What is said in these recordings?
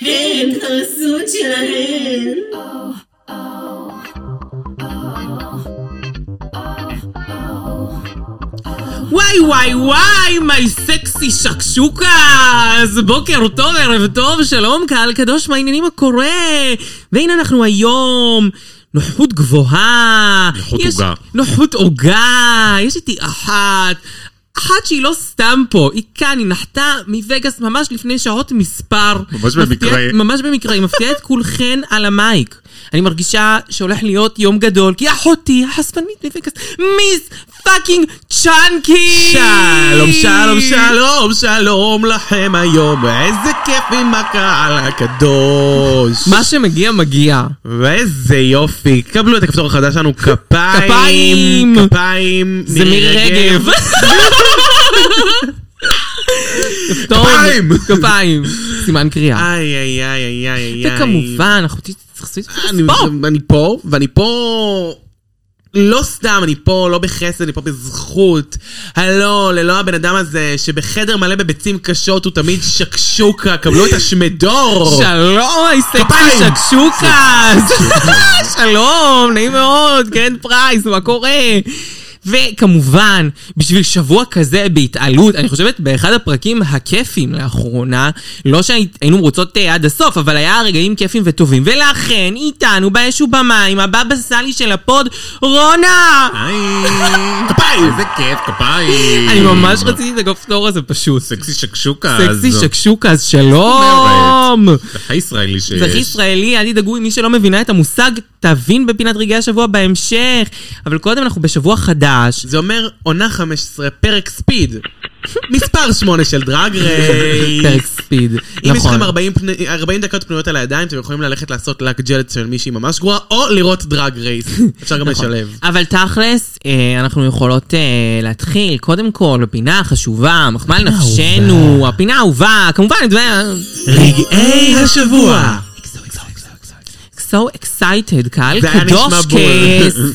הן חרסות שלהן. וואי וואי וואי, מיי סקסי שקשוקה! אז בוקר טוב, ערב טוב, שלום קהל קדוש, מה העניינים הקורה? והנה אנחנו היום, נוחות גבוהה. נוחות יש- עוגה. נוחות עוגה, יש איתי אחת. אחת שהיא לא סתם פה, היא כאן, היא נחתה מווגאס ממש לפני שעות מספר. ממש מפתיעה- במקרה. ממש במקרה, היא מפתיעה את כולכן על המייק. אני מרגישה שהולך להיות יום גדול, כי אחותי החשפנית מווגאס, מיס פאקינג צ'אנקי! שלום, שלום, שלום, שלום לכם היום, איזה כיף עם הקהל הקדוש. מה שמגיע מגיע. ואיזה יופי, קבלו את הכפתור החדש שלנו, כפיים, כפיים. כפיים, זה מירי רגב. כפתור- כפיים. אה, כפיים. סימן קריאה. איי, איי, איי, איי, איי, איי. וכמובן, אחותי תחסית אני- ספורט. אני פה, ואני פה... לא סתם, אני פה לא בחסד, אני פה בזכות. הלו, ללא הבן אדם הזה, שבחדר מלא בביצים קשות הוא תמיד שקשוקה, קבלו את השמדור! שלום, היי סקסי כפיים. שקשוקה. שלום, נעים מאוד, גרנד פרייס, מה קורה? וכמובן, בשביל שבוע כזה בהתעלות, אני חושבת באחד הפרקים הכיפים לאחרונה, לא שהיינו רוצות אה, עד הסוף, אבל היה רגעים כיפים וטובים. ולכן, איתנו באש ובמים, הבבא סאלי של הפוד, רונה! היי, כפיים! איזה כיף, כפיים! אני ממש רציתי את הכפתור הזה פשוט. סקסי שקשוקה. סקסי זו- שקשוקה, אז שלום! אומרת? זה הכי ישראלי שיש. זה הכי ישראלי, אל תדאגו, אם מי שלא מבינה את המושג, תבין בפינת רגעי השבוע בהמשך. אבל קודם אנחנו בשבוע חדש. זה אומר עונה 15, פרק ספיד. מספר 8 של דרג פרק רייס. ספיד, אה, אם יש נכון. לכם 40, פני- 40 דקות פנויות על הידיים, אתם יכולים ללכת לעשות לק ג'לט של מישהי ממש גרועה, או לראות דרג רייס. אפשר גם נכון. לשלב. אבל תכלס, אה, אנחנו יכולות אה, להתחיל, קודם כל, בפינה החשובה, מחמאה לנפשנו, הפינה האהובה, כמובן, אתה יודע... רגעי השבוע. So excited, קהל זה היה קדוש נשמע קייס. בול.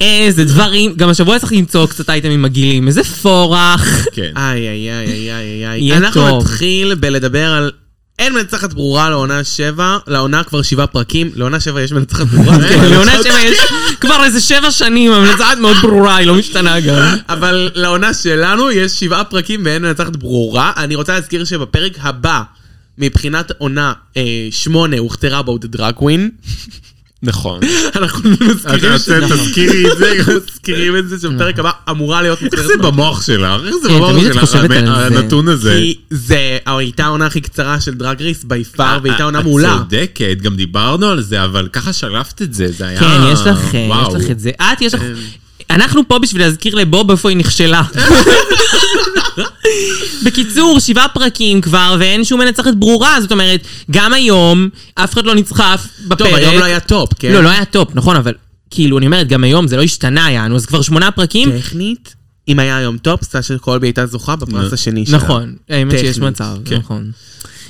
איזה דברים, גם השבוע צריך למצוא קצת אייטמים מגעילים, איזה פורח. כן. איי, איי, איי, איי, איי, איי. יהיה אנחנו טוב. נתחיל בלדבר על... אין מנצחת ברורה לעונה 7, לעונה כבר 7 פרקים, לעונה 7 יש מנצחת ברורה. כן, לעונה נכון. שבע יש כבר איזה שבע שנים, המלצה מאוד ברורה, היא לא משתנה גם. אבל לעונה שלנו יש שבעה פרקים ואין מנצחת ברורה. אני רוצה להזכיר שבפרק הבא, מבחינת עונה אה, שמונה, הוכתרה בו דראקווין. נכון. אנחנו לא מזכירים אז אתם תזכירי את זה. אנחנו מזכירים את זה שבפרק הבא אמורה להיות איך מוכתרת. זה במוח שלך? איך זה כן, במוח תמיד את שלך? חושבת על המ- זה. הנתון הזה. כי זה הייתה העונה הכי קצרה של דרג ריס בי אה, פאר, והייתה עונה מעולה. את צודקת, גם דיברנו על זה, אבל ככה שלפת את זה, זה היה... כן, יש לך, אה, וואו. יש לך את זה. את, יש לך... כן. אנחנו פה בשביל להזכיר לבוב איפה היא נכשלה. בקיצור, שבעה פרקים כבר, ואין שום מנצחת ברורה, זאת אומרת, גם היום, אף אחד לא נצחף בפרק. טוב, היום לא היה טופ, כן? לא, לא היה טופ, נכון, אבל כאילו, אני אומרת, גם היום זה לא השתנה, יענו, אז כבר שמונה כן, פרקים. טכנית, אם היה היום טופ, סשה קולבי הייתה זוכה בפרס השני שלה. נכון, האמת שיש טכנית, מצב, כן. נכון.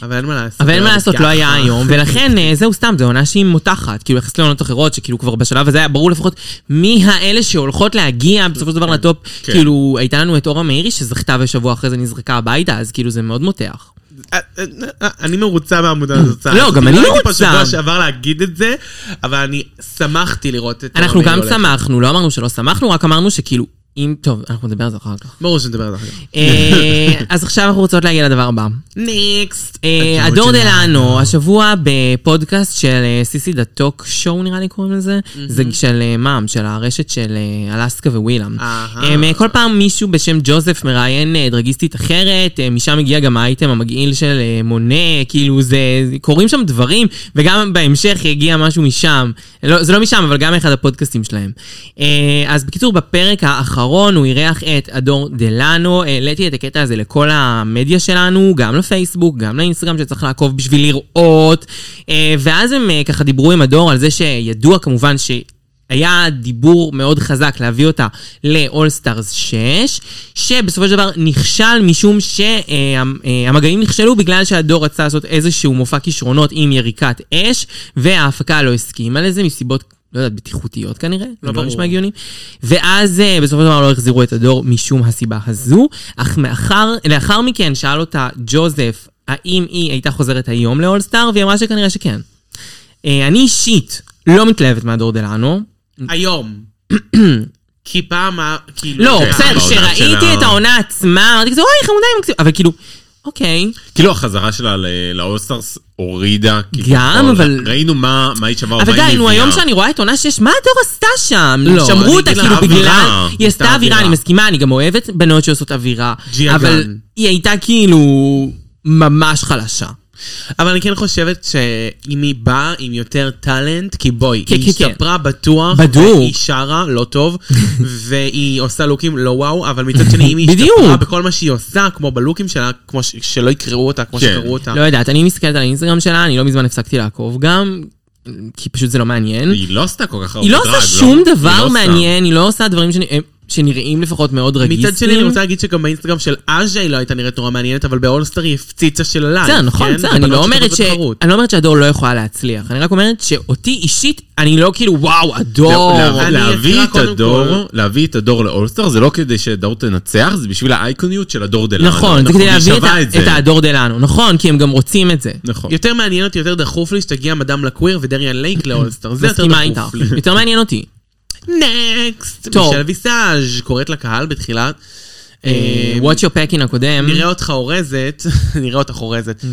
אבל אין מה לעשות. אבל אין מה לעשות, לא היה ככה. היום, ולכן אה, זהו סתם, זו עונה שהיא מותחת, כאילו יחסית לעונות אחרות, שכאילו כבר בשלב הזה היה ברור לפחות מי האלה שהולכות להגיע בסופו של דבר לטופ, כן. כאילו הייתה לנו את אורה מאירי שזכתה ושבוע אחרי זה נזרקה הביתה, אז כאילו זה מאוד מותח. אה, אה, אה, אני מרוצה מהעמודה הזאת. לא, גם אני הייתי פה מרוצה. שבוע שעבר להגיד את זה, אבל אני שמחתי לראות את... אנחנו אורלי גם הולכת. שמחנו, לא אמרנו שלא שמחנו, רק אמרנו שכאילו, אם, טוב, אנחנו נדבר על זה אחר כך. ברור שנדבר על זה אחר כך. אה, אז עכשיו אנחנו רוצות להגיע לדבר הבא. ניקסט. אה, הדור דלאנו, השבוע בפודקאסט של אה, סיסי דה טוק שואו נראה לי קוראים לזה, זה של אה, מע"מ, של הרשת של אה, אלסקה ווילאם. אהה. הם, אה, כל פעם מישהו בשם ג'וזף מראיין אה, דרגיסטית אחרת, אה, משם מגיע גם האייטם המגעיל של אה, מונה, כאילו זה, קורים שם דברים, וגם בהמשך יגיע משהו משם. לא, זה לא משם, אבל גם אחד הפודקאסטים שלהם. אה, אז בקיצור, בפרק האחרון הוא אירח את הדור דלאנו, העליתי את הקטע הזה לכל המדיה שלנו, גם לפייסבוק, גם לאינסטגרם שצריך לעקוב בשביל לראות, אה, ואז הם אה, ככה דיברו עם הדור על זה שידוע כמובן ש... היה דיבור מאוד חזק להביא אותה ל-All-Stars 6, שבסופו של דבר נכשל משום שהמגעים נכשלו בגלל שהדור רצה לעשות איזשהו מופע כישרונות עם יריקת אש, וההפקה לא הסכימה לזה מסיבות לא יודעת, בטיחותיות כנראה, לא ברור. ברור. נשמע הגיוני. ואז אה, בסופו של דבר לא החזירו את הדור משום הסיבה הזו, אך מאחר, לאחר מכן שאל אותה ג'וזף, האם היא הייתה חוזרת היום לאולסטאר, והיא אמרה שכנראה שכן. אה, אני אישית לא מתלהבת מהדור דלנו. היום. כי פעם, ה- כאילו... לא, שהיה- בסדר, בעונה כשראיתי כן, שלה- את העונה עצמה, אמרתי כזה, אוי, חמודה עם מקסימה, אבל כאילו, אוקיי. כאילו החזרה שלה ל- לאולסטארס הורידה. כאילו, גם, כל- אבל- ראינו מה מה היא שווה או מה אבל היא די, מביאה. נו, היום שאני רואה את עונה 6, מה הדור עשתה שם? לא, אני שמרו אותה, אגיד לה, כאילו, אווירה. בגלל... היא עשתה אווירה, הייתה אווירה. אני מסכימה, אני גם אוהבת בנות שעושות אווירה. ג'יה אבל גן. היא הייתה כאילו ממש חלשה. אבל אני כן חושבת שאם היא באה עם יותר טאלנט, כי בואי, כן, היא כן, כן. השתפרה בטוח, בדוק. והיא שרה לא טוב, והיא עושה לוקים לא וואו, אבל מצד שני, אם היא בדיוק. השתפרה בכל מה שהיא עושה, כמו בלוקים שלה, כמו ש- שלא יקראו אותה, כמו כן. שקראו אותה. לא יודעת, אני מסתכלת על האינסטגרם שלה, אני לא מזמן הפסקתי לעקוב גם, כי פשוט זה לא מעניין. היא לא עשתה כל כך הרבה היא לא דרג, עושה שום היא לא דבר עושה. מעניין, היא לא עושה דברים שנ- אה, שנראים לפחות מאוד רגיסטים. מצד שני, אני רוצה להגיד שגם באינסטגרם של אג'ה היא לא הייתה נראית נורא מעניינת, אבל באולסטר היא הפציצה של הלייב. בסדר, נכון, כן? בסדר, אני הבנות לא אומרת שטובות ש... בתחרות. אני לא אומרת שהדור לא יכולה להצליח, אני רק אומרת שאותי אישית, אני לא כאילו, וואו, הדור. לה- אני להביא אקרא את קודם הדור, כל. להביא את הדור לאולסטאר זה לא כדי שהדור תנצח, זה בשביל האייקוניות של הדור לא, דלנו. נכון, זה כדי היא להביא את שווה ה- זה. את הדור דלנו, נכון, כי הם גם רוצים את זה. נכון. יותר מעניין אותי, יותר דחוף לי שתגיע מדאם לקוויר ודריאן לייק לאולסטר. זה יותר מסכימה דחוף איתך, לי. יותר מעניין אותי. נקסט! טוב. מישל ויסאז' קוראת לקהל בתחילת. אה, Watch your packing הקודם. נראה אותך אורזת, נראה אותך אורזת.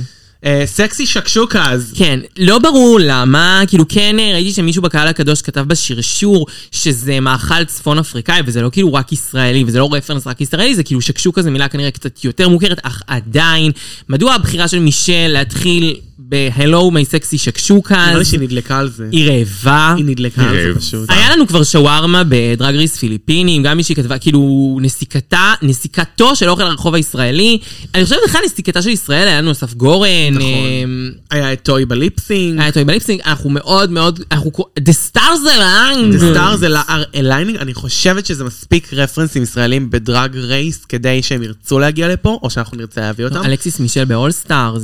אה, סקסי שקשוקה אז. כן, לא ברור למה, כאילו כן אה, ראיתי שמישהו בקהל הקדוש כתב בשרשור שזה מאכל צפון אפריקאי, וזה לא כאילו רק ישראלי, וזה לא רפרנס רק ישראלי, זה כאילו שקשוקה זו מילה כנראה קצת יותר מוכרת, אך עדיין, מדוע הבחירה של מישל להתחיל ב-Hello my sexy שקשוקה? נראה לי שהיא נדלקה על זה. היא רעבה. היא נדלקה על היא זה רעבה. פשוט. היה לנו כבר שווארמה בדרג ריס פיליפינים, גם מישהי כתבה, כאילו, נסיקתה, נסיקתו של אוכל הרחוב הישראלי. אני חושבת בכלל נסיקתה של ישראל, היה לנו אסף גורן, נכון. אמ, היה את טוי בליפסינג. היה טועים בליפסינג, אנחנו מאוד מאוד, אנחנו, The stars The aligned. Stars אליינינג, אני חושבת שזה מספיק רפרנסים ישראלים בדרג רייס כדי שהם ירצו להגיע לפה, או שאנחנו נרצה להביא אותם. אלכסיס מישל באול סטארס.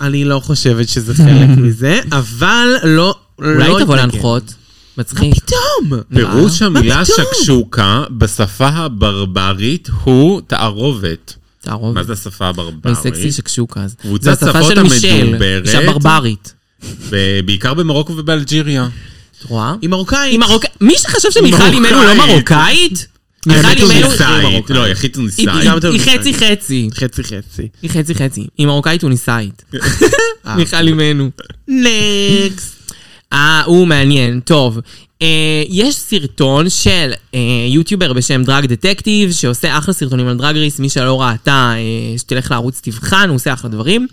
אני לא חושבת שזה חלק מזה, אבל לא... לא אולי תבוא אתנגד. להנחות. מצחיק. פתאום! פירוש המילה פתאום? שקשוקה בשפה הברברית הוא תערובת. תערוב. מה זה השפה אני הברברית? סקסי שקשוקה. אז. קבוצת זו השפה שפות של מישל, המדוברת. אישה ברברית. ב- בעיקר במרוקו ובאלג'יריה. את רואה? היא מרוקאית. היא מרוקאית. מי שחשב שמיכל מרוקאית. אימנו לא מרוקאית? מיכל היא אימנו... טוניסאית. מרוקאית. לא, היא הכי היא- טוניסאית. היא- גם היא טוניסאית. חצי חצי. חצי חצי. היא חצי חצי. היא מרוקאית טוניסאית. מיכל אימנו. נקסט. אה, הוא מעניין, טוב. אה, יש סרטון של אה, יוטיובר בשם דרג דטקטיב, שעושה אחלה סרטונים על דרג ריס, מי שלא ראתה, אה, שתלך לערוץ תבחן, הוא עושה אחלה דברים.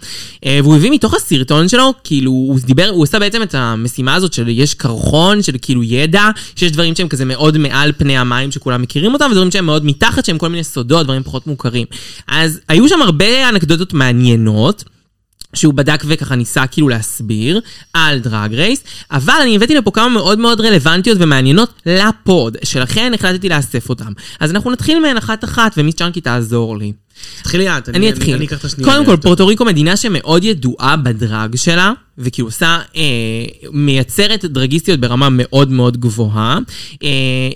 אה, והוא הביא מתוך הסרטון שלו, כאילו, הוא דיבר, הוא עושה בעצם את המשימה הזאת של יש קרחון, של כאילו ידע, שיש דברים שהם כזה מאוד מעל פני המים שכולם מכירים אותם, ודברים שהם מאוד מתחת, שהם כל מיני סודות, דברים פחות מוכרים. אז היו שם הרבה אנקדוטות מעניינות. שהוא בדק וככה ניסה כאילו להסביר על דרג רייס, אבל אני הבאתי לפה כמה מאוד מאוד רלוונטיות ומעניינות לפוד, שלכן החלטתי לאסף אותם. אז אנחנו נתחיל מהן אחת-אחת, ומיס צ'אנקי תעזור לי. תתחילי את. אני אתחיל. אני אקח את השנייה. קודם כל, יותר. פורטו ריקו מדינה שמאוד ידועה בדרג שלה, וכאילו עושה, אה, מייצרת דרגיסטיות ברמה מאוד מאוד גבוהה. אה,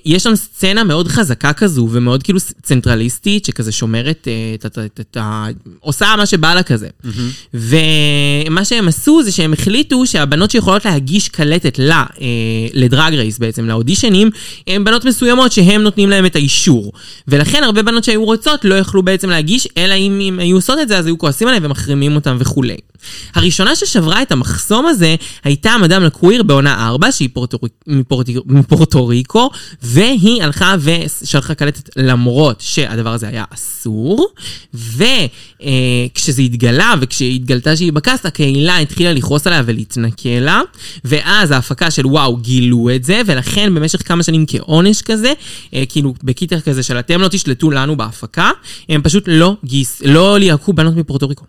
יש שם סצנה מאוד חזקה כזו, ומאוד כאילו ס- צנטרליסטית, שכזה שומרת, אה, את ה- את ה- את ה- עושה מה שבא לה כזה. ומה שהם עשו זה שהם החליטו שהבנות שיכולות להגיש קלטת ל, אה, לדרג רייס בעצם, לאודישנים, הן בנות מסוימות שהם נותנים להם את האישור. ולכן הרבה בנות שהיו רוצות לא יכלו בעצם להגיש, אלא אם אם היו עושות את זה אז היו כועסים עליהם ומחרימים אותם וכולי. הראשונה ששברה את המחסום הזה הייתה מדאם לקוויר בעונה 4, שהיא פורטורי- מפורטי- מפורטוריקו, והיא הלכה ושלחה קלטת למרות שהדבר הזה היה אסור, וכשזה התגלה וכשהתגלתה שהיא בקאסט, הקהילה התחילה לכעוס עליה ולהתנכל לה, ואז ההפקה של וואו גילו את זה, ולכן במשך כמה שנים כעונש כזה, אה, כאילו בקיטר כזה של אתם לא תשלטו לנו בהפקה, הם פשוט לא גייס, לא ליהקו בנות מפורטוריקו.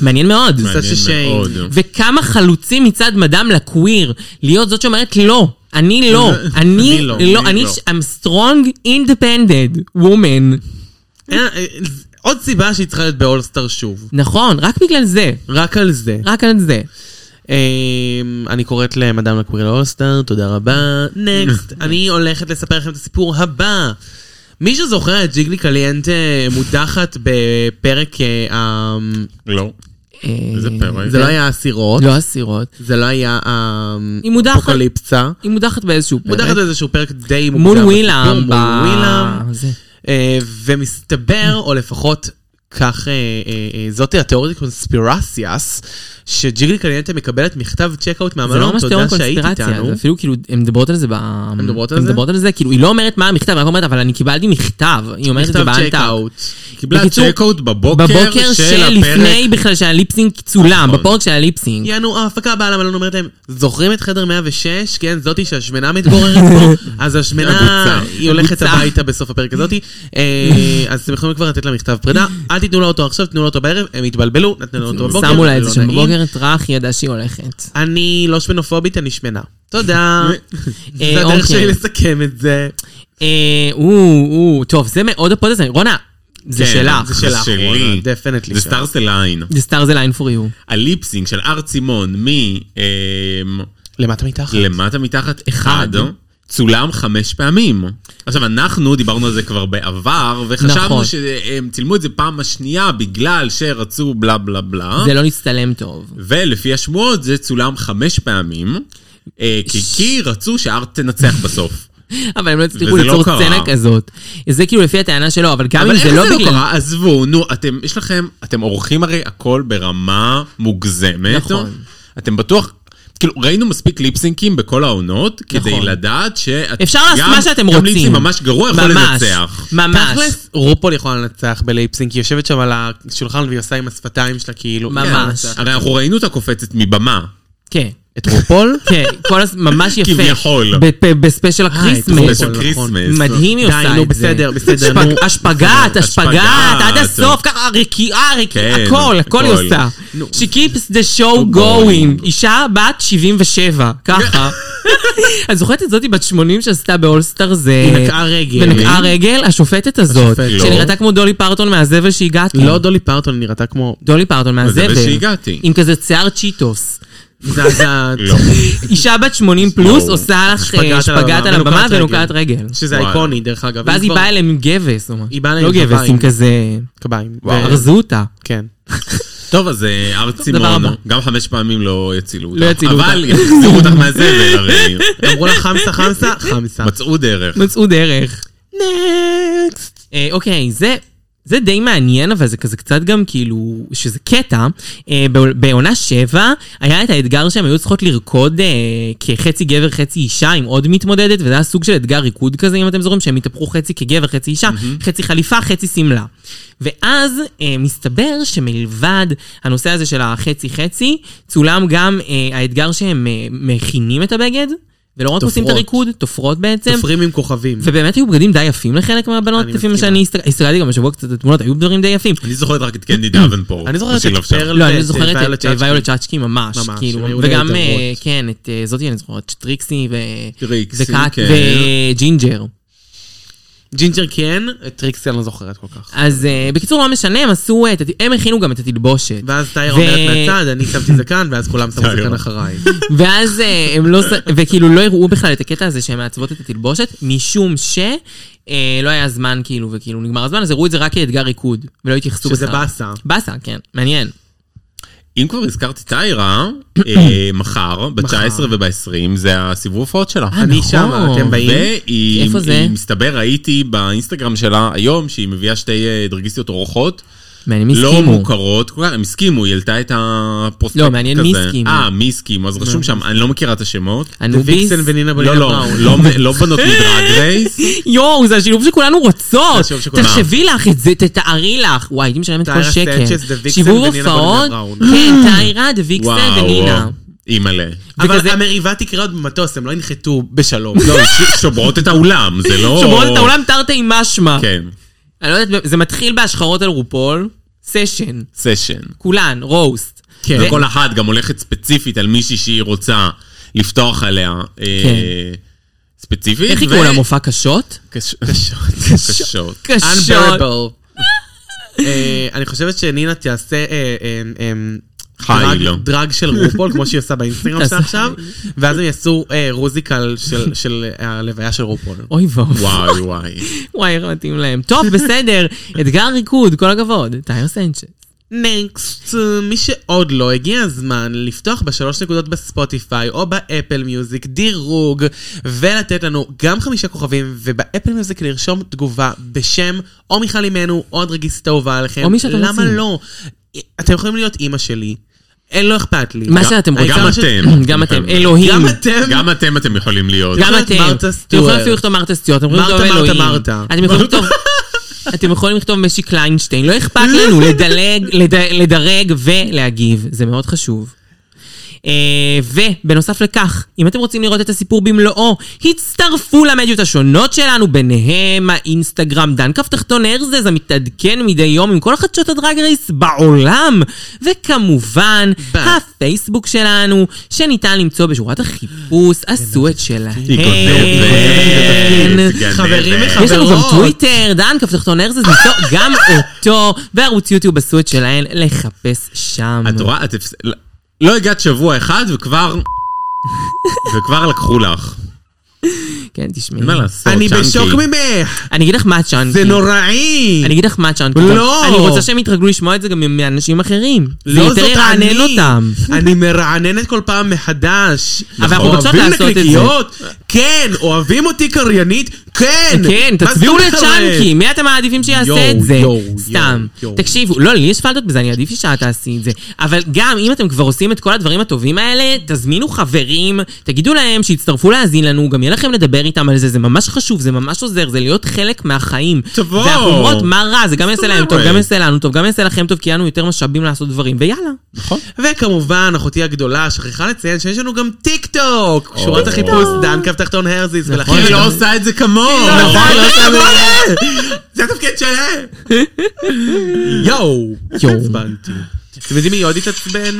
מעניין מאוד. מעניין שיין. מאוד. וכמה חלוצים מצד מדאם לקוויר, להיות זאת שאומרת לא, אני לא, אני לא, לא, אני אני לא." ש- I'm strong independent woman. אה, אה, עוד סיבה שהיא צריכה להיות באולסטר שוב. נכון, רק בגלל זה, רק על זה. רק על זה. אמ, אני קוראת למדאם לקוויר לאולסטאר, תודה רבה. נקסט, Mm. אני הולכת לספר לכם את הסיפור הבא. מי שזוכר את ג'יגלי קליאנט אה, מודחת בפרק... אה, ה- לא. איזה פרק? זה לא היה אסירות, אוקיי. אה, לא אסירות. זה לא היה ה- היא מודחת. אפוקליפסה. היא מודחת באיזשהו פרק. מודחת באיזשהו פרק די מוקדם. מול בסיפור, ווילאם. מול ב- ווילאם. זה. אה, ומסתבר, או לפחות כך, אה, אה, אה, זאת התיאוריה קונספירסיאס, שג'יגלי קליאנטה מקבלת מכתב צ'קאוט זה לא מהמלון, ממש תודה תיאוריה שהיית קונספירציה, איתנו. זה אפילו כאילו, הן מדברות על זה ב... הן מדברות על זה? מדברות על זה, כאילו, היא לא אומרת מה המכתב, היא רק אומרת, אבל אני קיבלתי מכתב, היא אומרת את זה מכתב באנטר. צ'קאוט. קיבלה בקיצור, צ'קאוט בבוקר, בבוקר של הפרק. שלפני בכלל שהליפסינג צולם, נכון. בפורק של הליפסינג. יענו, ההפקה באה למלון אומרת להם, זוכרים את חדר 106? כן, זאתי שהשמנה מתגוררת פה, אז השמנה, הבוצה. היא הולכת הביתה בסוף הפרק הזאתי. אה, אז אתם יכולים כבר לתת לה מכתב פרידה, אל תיתנו לה אותו עכשיו, תנו לה אותו בערב, הם התבלבלו, נתנו לה כן, אותו בבוקר. שמו לה את לא זה שם נעים. בבוקר, טראח, היא ידעה שהיא הולכת. אני לא שמנופובית, אני שמנה. תודה. זה אה, הדרך שלי אוקיי. לסכם את זה. אה, או, או, טוב, זה מאוד הפוד הזה. רונה, זה כן, שלך. אה, זה זה שלך, שלי. רונה, דפנטלי זה שלך. סטארס אליין. The stars align for you. הליפסינג של ארצימון מ... אמ, למטה מתחת. למטה מתחת אחד, צולם חמש פעמים. עכשיו, אנחנו דיברנו על זה כבר בעבר, וחשבנו נכון. שהם צילמו את זה פעם השנייה בגלל שרצו בלה בלה בלה, זה לא נצטלם טוב. ולפי השמועות זה צולם חמש פעמים, אה, כי- כי רצו שארט תנצח בסוף. אבל הם לא הצליחו וזה לא ליצור קרה. סצנה כזאת. זה כאילו לפי הטענה שלו, אבל גם אם אבל זה איך לא זה לא בגלל... קרה? עזבו, נו, אתם, יש לכם, אתם עורכים הרי הכל ברמה מוגזמת. נכון. אתם בטוח... כאילו, ראינו מספיק ליפסינקים בכל העונות, כדי נכון. לדעת שאת- אפשר לעשות גם- מה שאתם גם רוצים. ליפסינק ממש גרוע יכול ממש, לנצח. ממש. תכלס, רופול יכולה לנצח בלייפסינג, היא יושבת שם על השולחן והיא עושה עם השפתיים שלה כאילו. ממש. כן, לנצח. הרי אנחנו ראינו אותה קופצת מבמה. כן. את רופול? כן, כל הז... ממש יפה. כביכול. אה, בפ- בספיישל נכון, הקריסמס. של נכון. כריסמס. מדהים היא די, עושה את זה. נו, בסדר, בסדר, השפג- נו. השפגט, השפגט, השפגט. עד הסוף, ככה רקיעה, רקיעה, כן, הכל, הכל היא הכל. עושה. She keeps the show going. אישה בת 77, ככה. את זוכרת את זאתי בת 80 שעשתה באולסטאר זה... היא נקעה רגל. ונקעה רגל, השופטת הזאת. השופטת. שנראתה כמו דולי פרטון מהזבל שהגעת. לא דולי פרטון נראתה כמו דולי פרטון מהזבל. מהזבל שהגעתי. עם כזה שיער צ'יטוס. זעזעת. לא. אישה בת 80 פלוס לא. עושה לך על אה, שפגאט הבמה, על הבמה ונוקעת רגל. ונוקעת רגל. שזה וואי. איקוני דרך אגב. ואז אם היא כבר- באה אליהם עם גבס, או מה? היא באה אליהם לא עם גבס, קביים. עם כזה... קביים. ו- ארזו אותה. כן. טוב, אז אה, הר דבר צימון, הבא. גם חמש פעמים לא יצילו אותך. לא יצילו אבל אותך. יחזירו אותך מהזבל, הרי. אמרו לה חמסה חמסה, חמסה. מצאו דרך. מצאו דרך. נקסט. אוקיי, זה... זה די מעניין, אבל זה כזה קצת גם כאילו, שזה קטע. אה, בעול- בעונה 7 היה את האתגר שהם היו צריכות לרקוד אה, כחצי גבר, חצי אישה עם עוד מתמודדת, וזה היה סוג של אתגר ריקוד כזה, אם אתם זוכרים, שהם התהפכו חצי כגבר, חצי אישה, חצי חליפה, חצי שמלה. ואז אה, מסתבר שמלבד הנושא הזה של החצי-חצי, צולם גם אה, האתגר שהם אה, מכינים את הבגד, ולא רק עושים את תופרות. הריקוד, תופרות בעצם. סופרים עם כוכבים. ובאמת היו בגדים די יפים לחלק מהבנות, אני לפי מה מסכימה. שאני הסתכל- הסתכלתי גם השבוע קצת את התמונות, היו דברים די יפים. אני זוכרת רק את קנדי דאבנפורט. אני זוכרת בשביל את עכשיו. פרל. לא, אני את זוכרת את ויולט אה, צ'אצ'קי. ויולט צ'אצ'קי ממש, ממש, כאילו, הם היו וגם, נהדרות. אה, כן, את אה, זאתי אני זוכרת, טריקסי ו- טריקסי, וקאט כן. וג'ינג'ר. ג'ינג'ר כן, את טריקסי אני לא זוכרת כל כך. אז אה, בקיצור, לא משנה, הם עשו, את הת- הם הכינו גם את התלבושת. ואז טייר ו- אומרת מהצד, אני שמתי זקן, ואז כולם שמו טייר. זקן אחריי. ואז אה, הם לא, ס- וכאילו לא הראו בכלל את הקטע הזה שהן מעצבות את התלבושת, משום ש... אה, לא היה זמן כאילו, וכאילו נגמר הזמן, אז הראו את זה רק כאתגר ריקוד, ולא התייחסו שזה בכלל. באסה. באסה, כן, מעניין. אם כבר הזכרתי טיירה, אה, מחר, ב-19 וב-20, זה הסיבוב הופעות שלה. אה, אני נכון. שמה, אתם באים? והיא, איפה זה? היא מסתבר, ראיתי באינסטגרם שלה היום, שהיא מביאה שתי אה, דרגיסטיות אורחות, מעניין, מי לא הסכימו? מוכרות, כל כך, הם הסכימו, היא העלתה את הפרוספקט כזה. לא, מעניין מי הסכימו. אה, מי הסכימו, אז רשום שם, אני לא מכירה את השמות. אנוביס? ויקסן ונינה לא, בולינה לא, בראון. לא, לא בנות מדרג רייס. יואו, זה השילוב שכולנו זה רוצות. השילוב שכולנו- תחשבי לך את זה, תתארי לך. וואי, הייתי משלמת כל טיירה שקל. סנצ'ס, דה ויקסן שיבוב ונינה הופעות, בראון. כן, טיירה, דה ויקסן וואו, ונינה. אימא'לה. אבל וכזה- המריבה תקרה עוד במטוס, הם לא ינחתו בשלום. לא, ש- שוברות את האולם, זה לא... שומרות את העולם תרתי משמע. כן, אני לא יודעת, זה מתחיל בהשחרות על רופול, סשן, סשן. כולן, רוסט. כן. ו- וכל אחת גם הולכת ספציפית על מישהי שהיא רוצה לפתוח עליה. אה, כן. ספציפית. איך יקראו למופע קשות? קשות. קשות. קשות. Unbearable. אה, אני חושבת שנינה תעשה אה, אה, אה, חי דרג- לא. דרג של רופול, כמו שהיא עושה באינסטגרם שלה עכשיו, ואז הם יעשו אה, רוזיקל של- של אה, הלוויה של רופול. אוי ואבוי. וואי וואי. וואי, איך מתאים להם. טוב, בסדר, אתגר ריקוד, כל הכבוד. טייר סנצ'ס. נקסט, מי שעוד לא, הגיע הזמן לפתוח בשלוש נקודות בספוטיפיי או באפל מיוזיק דירוג ולתת לנו גם חמישה כוכבים ובאפל מיוזיק לרשום תגובה בשם או מיכל אימנו או דרגיסט אהובה עליכם. או מי שאתם למה רוצים. לא? אתם יכולים להיות אימא שלי. אין, לא אכפת לי. מה שאתם רוצים. גם אתם. גם אתם. גם אלוהים. כן, גם אתם. גם אתם אתם יכולים להיות. גם אומרת אתם. מרתה אתם יכולים סטיוארט. אפילו לכתוב מרתה סטיוארט. אתם יכולים מרתה, לכתוב מרתה, אלוהים. מרתה. אתם יכולים לכתוב... אתם יכולים לכתוב משי קליינשטיין, לא אכפת לנו לדלג, לד, לדרג ולהגיב, זה מאוד חשוב. אה, ובנוסף לכך, אם אתם רוצים לראות את הסיפור במלואו, הצטרפו למדיות השונות שלנו, ביניהם האינסטגרם דן כף תחתון ארזז המתעדכן מדי יום עם כל חדשות הדרג רייס בעולם, וכמובן, ב- הפייסבוק שלנו, שניתן למצוא בשורת החיפוש, עשו את שלהם. היא כן. גונבת. גנבת. חברים יש לנו גם וחברות. טוויטר, דן כפתחתון ארז, זה איתו, גם אותו, וערוץ יוטיוב עשו את שלהן, לחפש שם. את רואה? את הפס- לא- לא הגעת שבוע אחד וכבר... וכבר לקחו לך. כן, תשמעי. אין מה לעשות, אני צ'אנקי. בשוק ממך. אני אגיד לך מה צ'אנקי. זה נוראי. אני אגיד לך מה צ'אנקי. לא. אני רוצה שהם יתרגלו לשמוע את זה גם מאנשים אחרים. זה לא יותר זאת ירענן אני. אותם. אני מרעננת כל פעם מחדש. אבל אנחנו רוצות אוהבים לעשות את נכון. זה. נקניקיות? כן, אוהבים אותי קריינית? כן. כן, מה תצביעו זאת אומרת? לצ'אנקי, מי אתם מעדיפים שיעשה יואו, את זה? יואו, סתם. יואו, יואו. תקשיבו, לא, לי יש פלטות בזה, אני עדיף שאת תעשי את זה. אבל גם אם אתם כבר עושים את כל הדברים הטובים האלה, תזמינו חברים, תגידו להם שיצטרפו להאזין לנו, גם יהיה לכם לדבר איתם על זה, זה ממש חשוב, זה ממש עוזר, זה להיות חלק מהחיים. תבואו. ואנחנו אומרות, מה רע, זה גם יעשה להם טוב, אומרת? גם יעשה לנו טוב, גם יעשה לכם טוב, כי יהיה לנו יותר משאבים לעשות דברים, ויאללה. נכון. וכמובן, אחותי הגדולה שכחה לציין שיש לנו גם טיק טוק. שורת או. החיפוש, דן קו תחתון הרזיס, נכון. ולכן היא לא עושה את זה כמוהו. לא נכון, עושה לא את זה שמה לב. נכון. זה התפקיד שלהם. יואו. יואו. עצבנתי. אתם יודעים מי עוד התעצבן?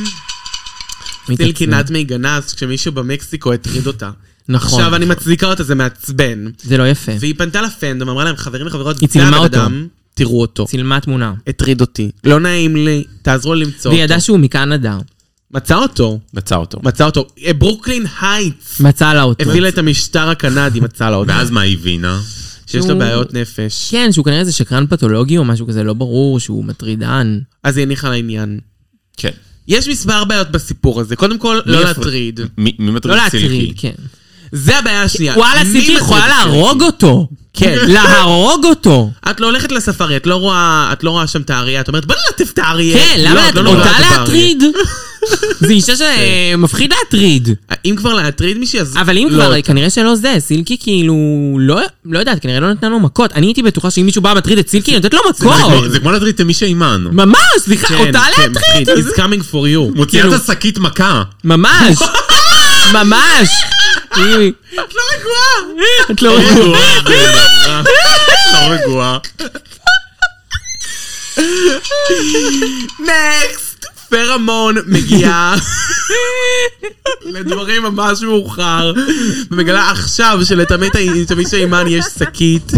טיל קינת מי גנז, כשמישהו במקסיקו הטריד אותה. נכון. עכשיו אני מצדיקה אותה, זה מעצבן. זה לא יפה. והיא פנתה לפנדום, אמרה להם, חברים וחברות, היא זה צילמה הבן אותו. אדם, תראו אותו. צילמה תמונה. הטריד אותי. לא נעים לי, תעזרו לי למצוא והיא אותו. ידעה שהוא מקנדה. מצא אותו. מצא אותו. מצא אותו. אה, ברוקלין הייטס. מצאה לה אותו. הביא לה את המשטר הקנדי, מצא לה אותו. ואז מה היא הבינה? שיש לו שהוא- בעיות נפש. כן, שהוא כנראה איזה שקרן פתולוגי או משהו כזה, לא ברור, שהוא מטרידן. אז היא הניחה לעניין. כן. יש מספר בעיות בסיפור הזה. קודם כל, מי לא הפר- להטריד. מי מי לא מטריד סילקי? להטריד, כן. זה הבעיה השנייה. וואלה, מי סילקי מטריד יכולה אותי? להרוג אותו. כן. להרוג אותו. את לא הולכת לספארי, את לא רואה, את לא רואה שם את האריה, את אומרת בוא נלטף את האריה. כן, לא, למה את לא את- נוגעת אותה באריה. להטריד? זו אישה שמפחיד להטריד. אם כבר להטריד מישהי, אז... אבל אם לא. כבר, כנראה שלא זה, סילקי כאילו, לא לא יודעת, כנראה לא נתנה לו מכות. אני הייתי בטוחה שאם מישהו בא מטריד את סילקי, היא נותנת לו מכות. זה- זה כמו להטריד את מישהי אימן. ממש, סליחה, כן, אותה כן, להטריד. מפחיד. It's coming for you. מוציאה את כאילו- השקית מכה. ממש. ממש. היא- את לא רגועה. את לא רגועה, רגועה. לא רגועה. נקסט! פרמון מגיעה לדברים ממש מאוחר, ומגלה עכשיו שלטמא את ה- את מישהו אימן יש שקית.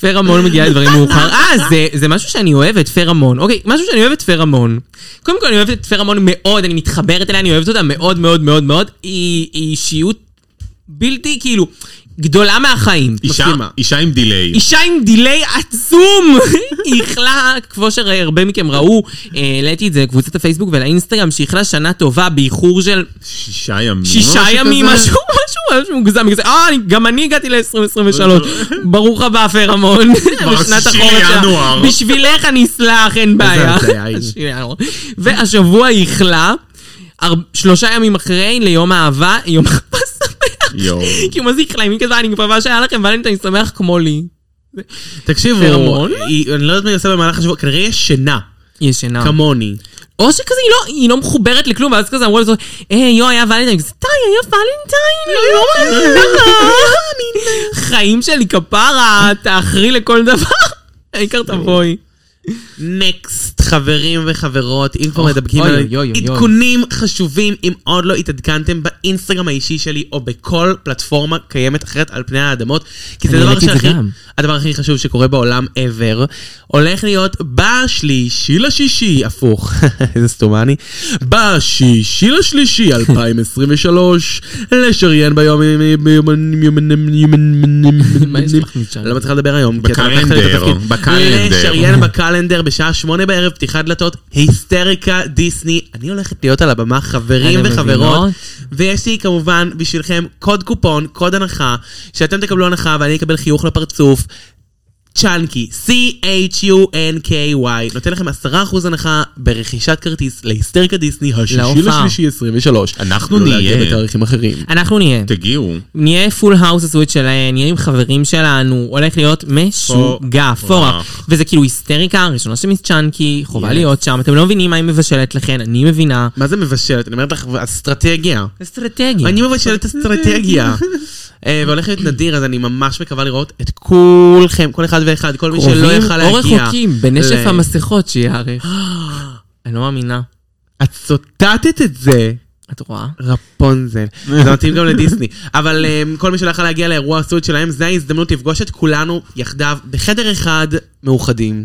פרמון מגיע לדברים מאוחר. אה, זה, זה משהו שאני אוהבת, פרמון. אוקיי, משהו שאני אוהבת, פרמון. קודם כל, אני אוהבת את פרמון מאוד, אני מתחברת אליה, אני אוהבת אותה מאוד מאוד מאוד מאוד. היא, היא אישיות בלתי, כאילו, גדולה מהחיים. אישה- מסכימה. אישה עם דיליי. אישה עם דיליי עצום! היא איחלה, כמו שהרבה מכם ראו, אה, העליתי את זה לקבוצת הפייסבוק ולאינסטגרם, שאיחלה שנה טובה באיחור של שישה ימים. שישה משהו ימים, כזה. משהו, משהו, משהו מוגזם, כזה, אה, אני- גם אני הגעתי ל-2023. ברוך הבא, פרמון. בשנת שישי החורף שלה. לינואר. בשבילך אני אסלח, אין בעיה. הזיה, הנה. שישי לינואר. והשבוע היא איחלה, אר- שלושה ימים אחרי, ליום אהבה, יום אהבה שמח. יואו. כי הוא מזיק לה, אם היא כזה, אני מקווה שהיה לכם ולנטיין שמח כמו לי. תקשיבו, פרמון? היא- אני לא יודעת מה היא עושה במהלך השבוע, כנראה היא ישנה, היא ישנה. אה. כמוני. או שכזה, היא לא- היא לא מחוברת לכלום, ואז כזה אמרו לזאת, היי, יו, היה ולנטיין. כזה, די, היה ולנטיין, אני לא מאמינה. חיים שלי כפרה, תאחרי לכל דבר. העיקר תבואי. נקסט, חברים וחברות, אם כבר אוי, מדברים אוי, על אוי, אוי, אוי. עדכונים חשובים, אם עוד לא התעדכנתם באינסטגרם האישי שלי, או בכל פלטפורמה קיימת אחרת על פני האדמות, כי זה אני הדבר העליתי את זה שהכי... גם. הדבר הכי חשוב שקורה בעולם ever, הולך להיות בשלישי לשישי, הפוך, איזה סתומה אני, בשישי לשלישי 2023, לשריין ביום... מה יש לך משם? לא מצליחה לדבר היום. כי את בקלנדר, לקחת לי את התפקיד. בקלנדר. לשריין כן, בקלנדר בשעה שמונה בערב, פתיחת דלתות, היסטריקה, דיסני. אני הולכת להיות על הבמה, חברים אתם וחברות. מבינות? ויש לי כמובן בשבילכם קוד קופון, קוד הנחה, שאתם תקבלו הנחה ואני אקבל חיוך לפרצוף. צ'אנקי, C-H-U-N-K-Y, נותן לכם 10% הנחה ברכישת כרטיס להיסטריקה דיסני, השישי להופעה. לשלישי 23. אנחנו לא נהיה. להגיע בתאריכים אחרים. אנחנו נהיה. תגיעו. נהיה פול האוס הסוויט שלהם, נהיה עם חברים שלנו, הולך להיות משוגע, פורח. וזה כאילו היסטריקה, הראשונה שמיס צ'אנקי, חובה להיות שם, אתם לא מבינים מה היא מבשלת לכן, אני מבינה. מה זה מבשלת? אני אומרת לך, אסטרטגיה. אסטרטגיה. אני מבשלת אסטרטגיה. אה, והולך להיות נדיר, אז אני ממש מקווה לראות את כולכם, כל אחד ואחד, כל מי שלא קרובים יכל או להגיע. רחוקים, בנשף ל- המסכות שיערך. אני לא מאמינה. את סוטטת את זה. את רואה? רפונזל. זה מתאים גם לדיסני. אבל um, כל מי שלא יכול להגיע לאירוע הסוד שלהם, זו ההזדמנות לפגוש את כולנו יחדיו בחדר אחד מאוחדים.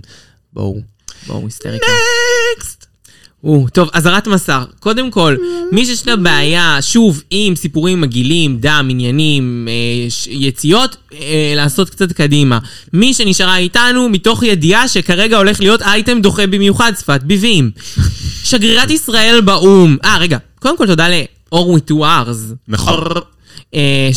בואו. בואו, היסטריקה. נקסט! או, טוב, אזהרת מסע. קודם כל, מי שיש לה בעיה, שוב, עם סיפורים מגעילים, דם, עניינים, אה, ש- יציאות, אה, לעשות קצת קדימה. מי שנשארה איתנו, מתוך ידיעה שכרגע הולך להיות אייטם דוחה במיוחד, שפת ביבים. שגרירת ישראל באו"ם. אה, רגע, קודם כל תודה לאור וטו ארז. נכון. אה,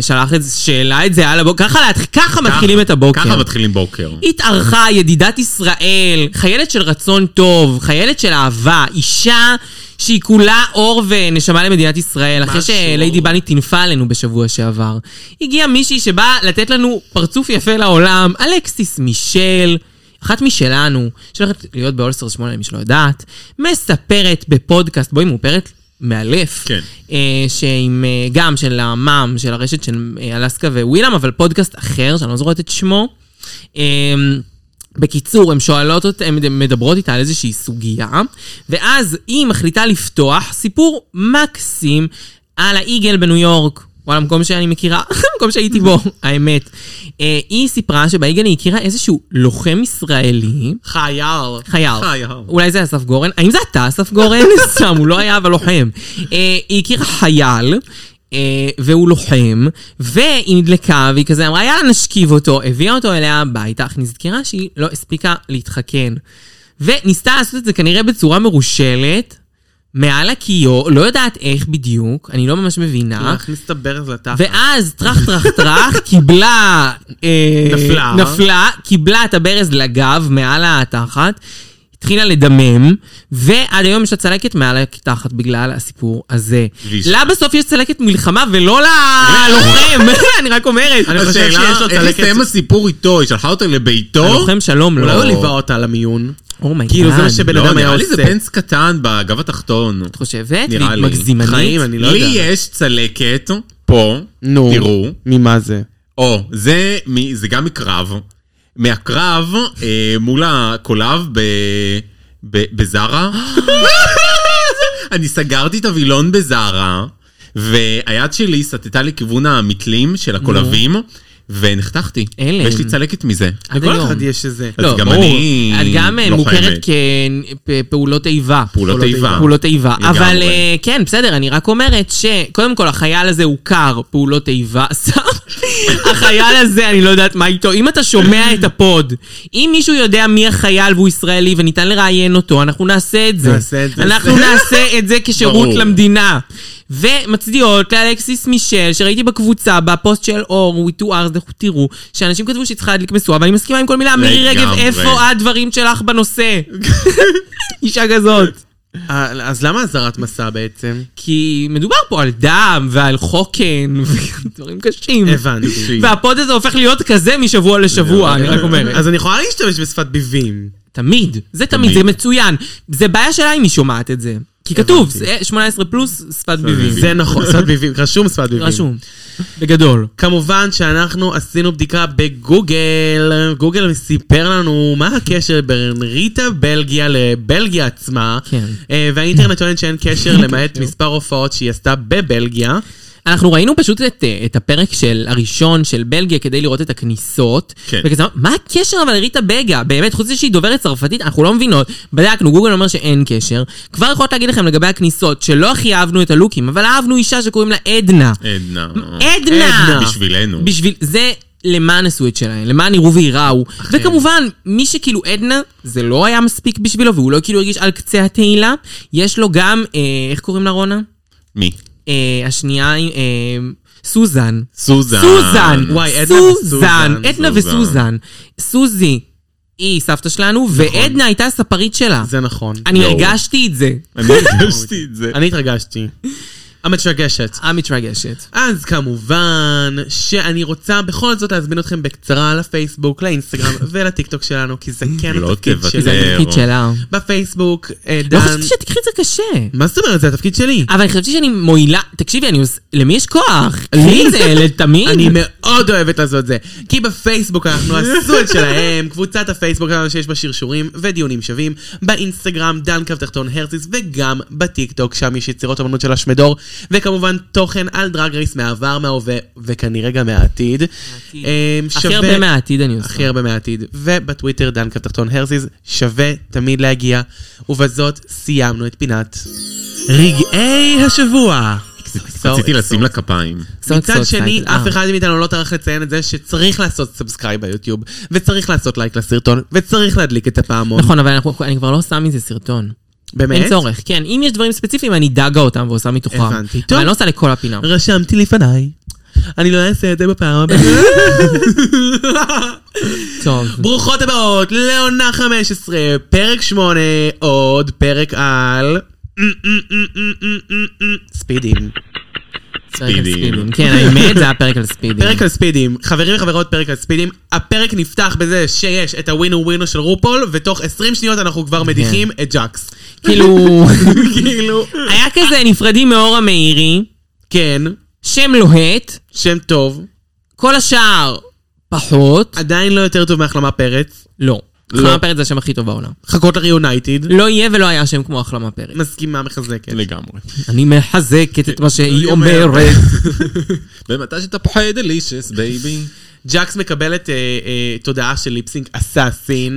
ששלח את זה, שאלה את זה על הבוקר. ככה, להתח- ככה מתחילים את הבוקר. ככה מתחילים בוקר. התארחה ידידת ישראל, חיילת של רצון טוב, חיילת של אהבה, אישה שהיא כולה אור ונשמה למדינת ישראל, אחרי משהו. שליידי בני טינפה עלינו בשבוע שעבר. הגיעה מישהי שבאה לתת לנו פרצוף יפה לעולם, אלכסיס מישל. אחת משלנו, שהולכת להיות באולסטר 8, למי שלא יודעת, מספרת בפודקאסט, בואי מאופרת, מאלף. כן. אה, שעם, אה, גם של המאם, של הרשת של אה, אלסקה ווילם, אבל פודקאסט אחר, שאני לא זוכרת את שמו. אה, בקיצור, הן שואלות אותה, הן מדברות איתה על איזושהי סוגיה, ואז היא מחליטה לפתוח סיפור מקסים על האיגל בניו יורק. וואלה, מקום שאני מכירה, מקום שהייתי בו, האמת. אה, היא סיפרה שבאיגל היא הכירה איזשהו לוחם ישראלי, חייל. חייל. חייל. אולי זה אסף גורן? האם זה אתה אסף גורן? סתם, הוא לא היה אבל לוחם. אה, היא הכירה חייל. אה, והוא לוחם, והיא נדלקה, והיא כזה אמרה, יאללה, נשכיב אותו. הביאה אותו אליה הביתה, אך נזכרה שהיא לא הספיקה להתחכן. וניסתה לעשות את זה כנראה בצורה מרושלת, מעל הכיור, לא יודעת איך בדיוק, אני לא ממש מבינה. להכניס את הברז לתחת. ואז טראח טראח טראח, קיבלה... אה, נפלה. נפלה, קיבלה את הברז לגב מעל התחת, התחילה לדמם, ועד היום יש לה צלקת מעל התחת בגלל הסיפור הזה. ויש. לה בסוף יש צלקת מלחמה ולא ללוחם, אני רק אומרת. אני חושב השאלה, שיש לו איך צלקת. הסתיים הסיפור איתו? היא שלחה אותו לביתו? הלוחם שלום אולי לא. Oh הוא ליווה אותה למיון. אומייגאד. כאילו, זה מה שבן לא, אדם היה נראה לי עושה. זה פנס קטן בגב התחתון. את חושבת? נראה והיא לי. מגזימנית? חיים, אני לא לי יודע. יש צלקת פה, נו. תראו. ממה זה? או, זה מ- זה גם מקרב. מהקרב אה, מול הקולב ב- ב- בזארה. אני סגרתי את הווילון בזארה, והיד שלי סטתה לכיוון המתלים של הקולבים, ונחתכתי. אלם. ויש לי צלקת מזה. עד לכל היום. אחד יש איזה. אז לא, גם ברור. אני את גם אה, לוחמת. מוכרת כפעולות איבה. פעולות איבה. פעולות איבה. לגמרי. אבל אה, כן, בסדר, אני רק אומרת שקודם כל החייל הזה הוכר פעולות איבה. סתם. החייל הזה, אני לא יודעת מה איתו. אם אתה שומע את הפוד, אם מישהו יודע מי החייל והוא ישראלי וניתן לראיין אותו, אנחנו נעשה את זה. נעשה את זה. אנחנו נעשה את זה כשירות ברור. למדינה. ומצדיעות לאלכסיס מישל, שראיתי בקבוצה, בפוסט של אור, we two hours, לכו תראו, שאנשים כתבו שהיא צריכה להדליק משואה, ואני מסכימה עם כל מילה. מירי רגב, לגמרי. איפה הדברים שלך בנושא? אישה כזאת. אה, אז למה אזהרת מסע בעצם? כי מדובר פה על דם ועל חוקן ודברים קשים. הבנתי. והפוד הזה הופך להיות כזה משבוע לשבוע, אני רק אומרת. אז אני יכולה להשתמש בשפת ביבים. תמיד, זה תמיד, תמיד. זה מצוין. זה בעיה שלה אם היא שומעת את זה. כי כתוב, זה 18 פלוס, שפת ביבים. ביבים. זה נכון, שפת ביבים, רשום שפת ביבים. רשום. בגדול. כמובן שאנחנו עשינו בדיקה בגוגל, גוגל סיפר לנו מה הקשר בין ריטה בלגיה לבלגיה עצמה, כן. אה, והאינטרנט טוען שאין קשר למעט מספר הופעות שהיא עשתה בבלגיה. אנחנו ראינו פשוט את, אה, את הפרק של הראשון של בלגיה כדי לראות את הכניסות. כן. וכזה, מה הקשר אבל לריטה בגה? באמת, חוץ מזה שהיא דוברת צרפתית, אנחנו לא מבינות. בדקנו, גוגל אומר שאין קשר. כבר יכולת להגיד לכם לגבי הכניסות, שלא הכי אהבנו את הלוקים, אבל אהבנו אישה שקוראים לה עדנה. עדנה. עדנה! בשבילנו. בשביל, זה למען עשו את שלהם, למען יראו וייראו. וכמובן, מי שכאילו עדנה, זה לא היה מספיק בשבילו, והוא לא כאילו הרגיש על קצה התהילה. יש לו גם, אה, איך קוראים לה רונה? מי? אה, השנייה, אה, סוזן. סוזן. סוזן! וואי, עדנה סוזן! וסוזן. עדנה סוזן. וסוזן. סוזי היא סבתא שלנו, ועדנה הייתה הספרית שלה. נכון. זה נכון. אני יואו. הרגשתי את זה. אני הרגשתי את זה. אני התרגשתי. המתרגשת. אה, מתרגשת. אז כמובן שאני רוצה בכל זאת להזמין אתכם בקצרה לפייסבוק, לאינסטגרם ולטיקטוק שלנו, כי זה כן לא התפקיד תוותר. זה שלי. התפקיד שלה. בפייסבוק, אה, לא דן... חשבתי שתקחי את זה קשה. מה זאת אומרת? זה התפקיד שלי. אבל אני חשבתי שאני מועילה, תקשיבי, אני עוש... למי יש כוח? לי זה לתמיד. אני מאוד אוהבת לעשות זה. כי בפייסבוק אנחנו עשו את שלהם, קבוצת הפייסבוק שלנו שיש בה שרשורים ודיונים שווים, באינסטגרם, דן קו תחתון הרציס, וגם בטיקטוק, שם יש יצירות אמנות של השמדור, וכמובן תוכן על דרג רייס מהעבר, מההווה, וכנראה גם מהעתיד. העתיד. אה, הכי שווה- הרבה מהעתיד אני עושה. הכי הרבה מהעתיד. ובטוויטר, דן קו תחתון הרסיס, שווה תמיד להגיע. ובזאת סיימנו את פינת רגעי השבוע. לא רציתי לשים לה כפיים. So מצד excited. שני, אה. אף אחד מאיתנו לא טרח לציין את זה שצריך לעשות סאבסקרייב ביוטיוב, וצריך לעשות לייק לסרטון, וצריך להדליק את הפעמון. נכון, אבל אנחנו- אני כבר לא עושה מזה סרטון. באמת? אין צורך. כן, אם יש דברים ספציפיים, אני דגה אותם ועושה מתוכם. הבנתי. אבל טוב. אני לא עושה לכל הפינה. רשמתי לפניי. אני לא אעשה את זה בפעם הבאה. טוב. ברוכות הבאות לעונה 15, פרק 8, עוד פרק על... ספידים. פרק על ספידים. ספידים. כן, האמת, זה היה פרק על ספידים. פרק על ספידים. חברים וחברות, פרק על ספידים. הפרק נפתח בזה שיש את הווינו ווינו של רופול, ותוך 20 שניות אנחנו כבר כן. מדיחים את ג'קס. כאילו, כאילו... היה כזה נפרדים מאור המאירי, כן, שם לוהט, שם טוב. כל השאר פחות. עדיין לא יותר טוב מהחלמה פרץ. לא. לא. חלמה פרץ זה השם הכי טוב בעולם. חכות לריאונייטד. לא יהיה ולא היה שם כמו החלמה פרץ. מסכימה כן. מחזקת. לגמרי. אני מחזקת את מה שהיא אני אומר. אומרת. ומתי שאתה פוחד דלישס, בייבי. ג'קס מקבלת אה, אה, תודעה של ליפסינג אסאסין.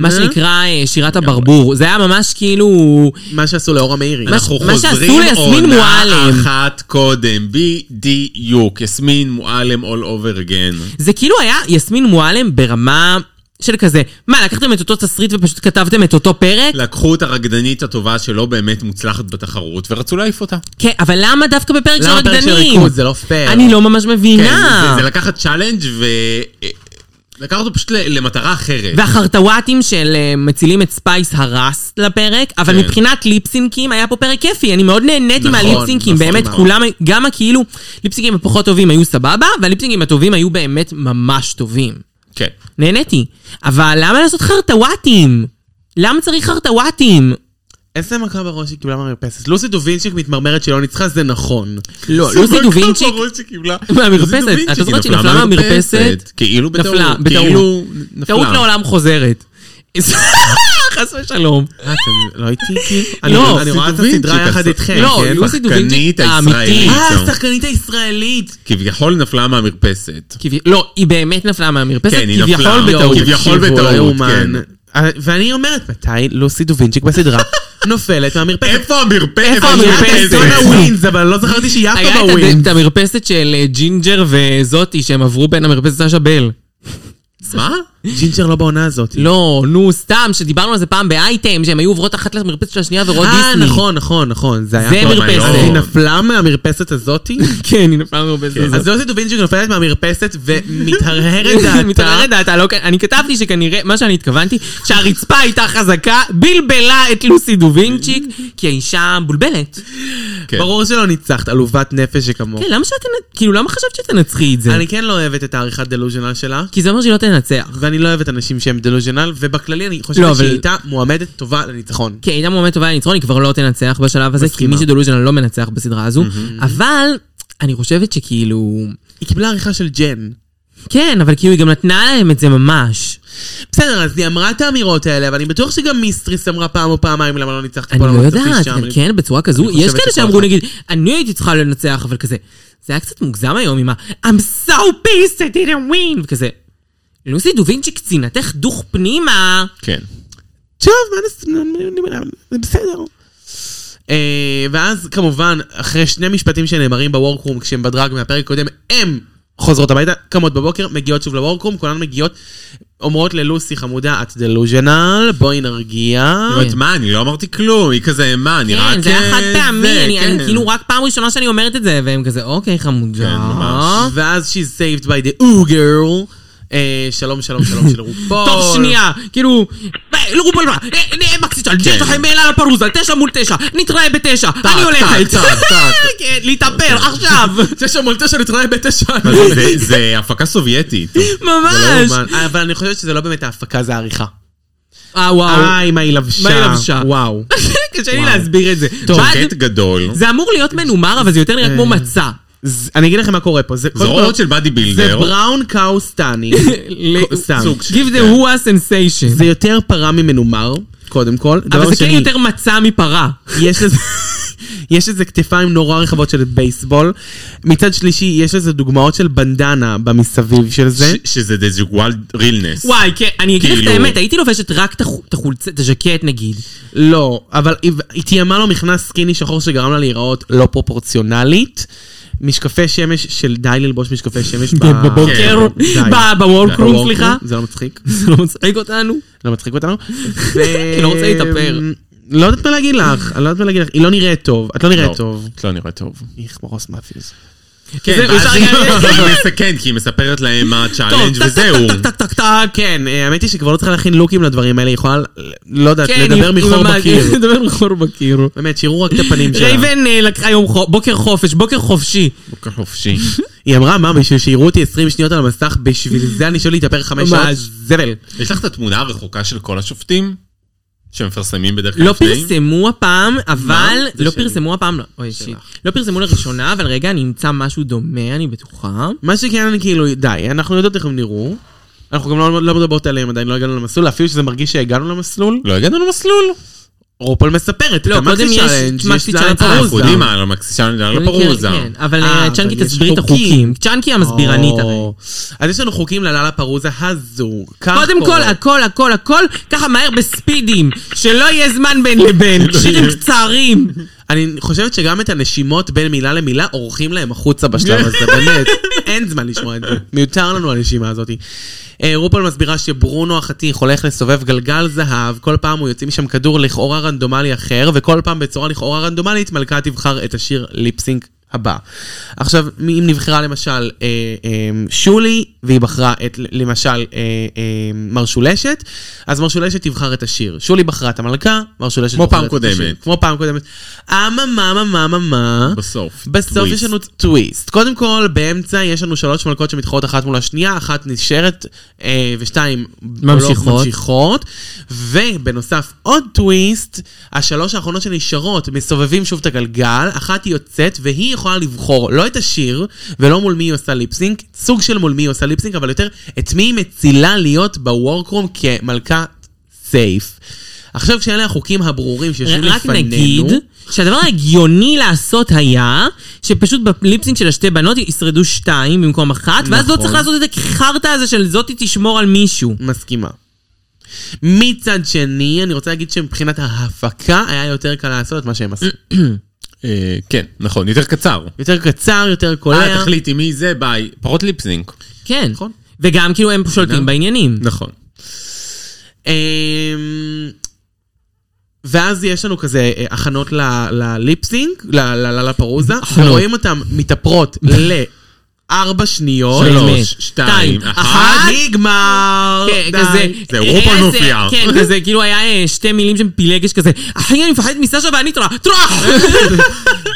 מה שנקרא אה, שירת הברבור. זה היה ממש כאילו... מה שעשו לאורה מאירי. מה ש- אנחנו מה שעשו חוזרים ליסמין עונה מועלם. אחת קודם, בדיוק. יסמין מועלם all over again. זה כאילו היה יסמין מועלם ברמה של כזה, מה, לקחתם את אותו תסריט ופשוט כתבתם את אותו פרק? לקחו את הרקדנית הטובה שלא באמת מוצלחת בתחרות ורצו להעיף אותה. כן, אבל למה דווקא בפרק של למה פרק של רקדנים? ריקוד? זה לא פייר. אני לא ממש כן, זה- מבינה. זה לקחת צ'אלנג' ו... אה, לקח אותו פשוט ל- למטרה אחרת. והחרטוואטים של אה, מצילים את ספייס הרס לפרק, אבל כן. מבחינת ליפסינקים היה פה פרק כיפי, אני מאוד נהניתי נכון, מהליפסינקים, נכון באמת מאוד. כולם, גם הכאילו, ליפסינקים הפחות טובים היו סבבה, והליפסינקים הטובים היו באמת ממש טובים. כן. נהניתי. אבל למה לעשות חרטוואטים? למה צריך חרטוואטים? איזה מכה בראש היא קיבלה מהמרפסת? לוסי דובינצ'יק מתמרמרת שלא ניצחה, זה נכון. לא, לוסי דובינצ'יק מהמרפסת. לוסי דובינצ'יק, את זוכרת היא שהיא נפלה מהמרפסת? כאילו בטעות. נפלה, בטעות. כאילו נפלה. טעות לא לעולם חוזרת. חס ושלום. אה, אתם לא איתי? כאילו? לא, אני- אני רואה את לוסי הסדרה דובינצ'יק, יחד הס- איתכם. לא, כן? לוסי דובינצ'יק השחקנית האמיתית. הישראלית. אה, זהו. השחקנית הישראלית. כביכול נפלה מהמרפסת. כביכול- לא, היא באמת נפלה מהמרפסת, כן, היא כביכול נפלה. בטעות. יואו, כביכול תקשיבו, בטעות, לא יאומן. כן. אה, ואני אומרת, מתי לוסי דובינצ'יק בסדרה נופלת מהמרפסת? איפה המרפסת? איפה היה את המרפסת? דונה ווינס, אבל לא זכרתי שהיא אף היה פעם את הד- את בווינס. המרפסת של אה, ג'ינג'ר וזאתי שהם עברו בין המרפסת סשה בל. מה? ג'ינג'ר לא בעונה הזאת. לא, נו, סתם, שדיברנו על זה פעם באייטם, שהן היו עוברות אחת למרפסת של השנייה ורואות דיסני. אה, נכון, נכון, נכון, זה היה... זה פה. מרפסת. אז היא נכון. נפלה מהמרפסת הזאתי? כן, היא נפלה מהמרפסת הזאת. אז יוסי דובינצ'יק נופלת מהמרפסת ומתהרהרת דעתה. מתערערת דעתה, לא, כ- אני כתבתי שכנראה, מה שאני התכוונתי, שהרצפה הייתה חזקה, בלבלה את לוסי דובינצ'יק, כי האישה מבולבלת. כן. ברור שלא ניצחת, עלובת נפש שכמוך. כן, למה שאתה, כאילו, למה חשבת שתנצחי את זה? כן אני כן לא אוהבת את העריכת דלוז'נל שלה, כי זה אומר שהיא לא תנצח. ואני אני לא אוהבת אנשים שהם דלוז'נל, ובכללי אני חושבת לא, אבל- שהיא הייתה מועמדת טובה לניצחון. כי הייתה מועמדת טובה לניצרון, היא כבר לא תנצח בשלב הזה, כי מסכימה. מי שדולוז'ן לא מנצח בסדרה הזו, אבל אני חושבת שכאילו... היא קיבלה עריכה של ג'ן. כן, אבל כאילו היא גם נתנה להם את זה ממש. בסדר, אז היא אמרה את האמירות האלה, אבל אני בטוח שגם מיסטריס אמרה פעם או פעמיים למה לא ניצחתי אני פה, למה לא לא ניצחתי יודעת, שם. אבל אני- כן, בצורה כזו, אני יש חושבת כאלה שכל שאמרו אחת- נגיד, אני הייתי צריכה לנצח, אבל כזה, זה היה קצת מוגזם היום עם ה- I'm so pissed I didn't win, וכזה. לוסי דובינצ'י קצינתך דוך פנימה. כן. טוב, מה נס... זה בסדר. אה, ואז כמובן, אחרי שני משפטים שנאמרים בוורקרום כשהם בדרג מהפרק הקודם, הם חוזרות הביתה, קמות בבוקר, מגיעות שוב לוורקרום, כולן מגיעות, אומרות ללוסי חמודה, את דלוז'נל, בואי נרגיע. היא אומרת, מה, אני לא אמרתי כלום, היא כזה, מה, אני רק... כן, זה היה אה, חד פעמי, זה, אני- אני כן. כאילו רק פעם ראשונה שאני אומרת את זה, והם כזה, אוקיי, כן, חמודה. ממש. ואז she's saved by the ooh girl. אה, שלום, שלום, שלום של רופול. תוך שנייה, כאילו, אה, לא רובול מה, אה, אה, כן. מקסיצ'ל, יש לכם אלה לפרוזה, תשע מול תשע, נתראה בתשע, אני הולכת, טק, טק, טק. כן, להתאפר אוקיי. עכשיו, תשע מול תשע נתראה בתשע. אבל זה- זה הפקה סובייטית. ממש. אבל אני חושבת שזה לא באמת ההפקה, זה העריכה. אה, וואו. איי, מה היא לבשה. מה היא לבשה? וואו. קשה לי וואו. להסביר את זה. טוב, ואז- שקט גדול. זה אמור להיות מנומר, אבל זה יותר נראה אה. כמו מצה. ז- אני אגיד לכם מה קורה פה. זה זה קודם כל- רואות של באדי זה בילדר. בראון קאו סטני. ל- סתם. סוג של- Give the כן. whoa sensation. זה יותר פרה ממנומר, קודם כל. דבר אבל זה כן שני, יותר מצה מפרה. יש לזה... יש לזה כתפיים נורא רחבות של בייסבול. מצד שלישי, יש לזה דוגמאות של בנדנה במסביב של זה. ש- שזה דז'וגואל רילנס. וואי, כן, אני אגיד לך את כאילו- האמת, הייתי לובשת רק את החו- את החולצה, את הז'קט נגיד. לא, אבל היא- היא תיאמה לו מכנס סקיני שחור שגרם לה להיראות לא פרופורציונלית. משקפי שמש של די ללבוש משקפי שמש ב- בבוקר, כן, די. אוקיי? ב- בוורקרום, בוורקרום, סליחה. זה לא מצחיק, זה לא מצחיק אותנו. לא מצחיק אותנו. כי לא רוצה להתאפר. לא יודעת מה להגיד לך, אני לא יודעת מה להגיד לך, היא לא נראית טוב, את לא נראית טוב. את לא נראה טוב. איך מרוס מאפיוז. כן, זה- ואז אפשר היא גם- היא מסכנת, כי היא מספרת להם מה הצ'אלנג' טק, וזהו. טק, טק, טק, טק, טק. כן, אה, האמת היא שכבר לא צריכה להכין לוקים לדברים האלה, היא יכולה, לא יודעת, כן, לדבר עם- עם מחור המאג- בקיר. לדבר מחור בקיר. באמת, שיראו רק את הפנים שלה. רייבן אה, לקחה יום חו- בוקר חופש, בוקר חופשי. בוקר חופשי. היא אמרה, מה, בשביל שיראו אותי 20 שניות על המסך, בשביל זה אני שואל להתאפר חמש ממש. שעות? זבל. יש לך את התמונה הרחוקה של כל השופטים? שמפרסמים בדרך כלל לא אוקיי. לפני? פרסמו הפעם, אבל זה לא שלי. פרסמו הפעם, לא, אוי, שיט. לא פרסמו לראשונה, אבל רגע, אני אמצא משהו דומה, אני בטוחה. מה שכן, אני כאילו, די, אנחנו יודעות איך הם נראו. אנחנו גם לא, לא מדברות עליהם עדיין, לא הגענו למסלול, אפילו שזה מרגיש שהגענו למסלול. לא הגענו למסלול. רופול מספרת, לא, את המקסי קודם יש צ'אלנג', יש מקסי לה צ'אלנג' פרוזה. אנחנו יודעים מה, לא מקסישן, לא פרוזה. כן, אבל אה, אה, צ'אנקי אבל יש תסביר את חוקים. החוקים. צ'אנקי המסבירנית או. הרי. אז יש לנו חוקים לללה פרוזה הזו. כך קודם כל, קורה. הכל, הכל, הכל, ככה מהר בספידים, שלא יהיה זמן בין לבין, לא שירים קצרים. אני חושבת שגם את הנשימות בין מילה למילה עורכים להם החוצה בשלב הזה, באמת. אין זמן לשמוע את זה. מיותר לנו הנשימה הזאת. אה, רופול מסבירה שברונו החתיך הולך לסובב גלגל זהב, כל פעם הוא יוצא משם כדור לכאורה רנדומלי אחר, וכל פעם בצורה לכאורה רנדומלית מלכה תבחר את השיר ליפסינק הבא. עכשיו, מי- אם נבחרה למשל אה, אה, שולי, והיא בחרה את למשל אה, אה, מרשולשת, אז מרשולשת תבחר את השיר. שולי בחרה את המלכה, מרשולשת כמו בוחרת פעם את השיר. קודמת. כמו פעם קודמת. אממה, אממה, אממה. בסוף. בסוף טוויסט. יש לנו טוויסט. קודם כל, באמצע יש לנו שלוש מלכות שמתחרות אחת מול השנייה, אחת נשארת אה, ושתיים ממשיכות. לא ממשיכות. ובנוסף עוד טוויסט, השלוש האחרונות שנשארות מסובבים שוב את הגלגל, אחת יוצאת והיא יכולה לבחור לא את השיר ולא מול מי היא עושה ליפסינק, סוג של מול מי היא עושה ליפסינק, אבל יותר את מי היא מצילה להיות בוורקרום כמלכה סייף. עכשיו כשאלה החוקים הברורים שיושבים רק לפנינו... נגיד שהדבר ההגיוני לעשות היה שפשוט בליפסינג של השתי בנות ישרדו שתיים במקום אחת, ואז לא נכון. צריך לעשות את החרטא הזה של זאתי תשמור על מישהו. מסכימה. מצד שני, אני רוצה להגיד שמבחינת ההפקה היה יותר קל לעשות את מה שהם עשו. אה, כן, נכון, יותר קצר. יותר קצר, יותר אה, קולע. תחליטי מי זה, ביי. פחות ליפסינק. כן. נכון. וגם כאילו הם שולטים בעניינים. נכון. אמ, ואז יש לנו כזה אה, הכנות ל- לליפסינק, ל- ל- ל- לפרוזה, הכנות. ורואים אותם מתאפרות לארבע שניות. באמת. שלוש, שתיים, שתיים, אחת. נגמר! כן, די. כזה. זה רופול איזה- מופיע. כן, כזה, כאילו היה אה, שתי מילים שהם פילגש כזה. אחי, אני מפחדת מסשה ואני טראח. טראח!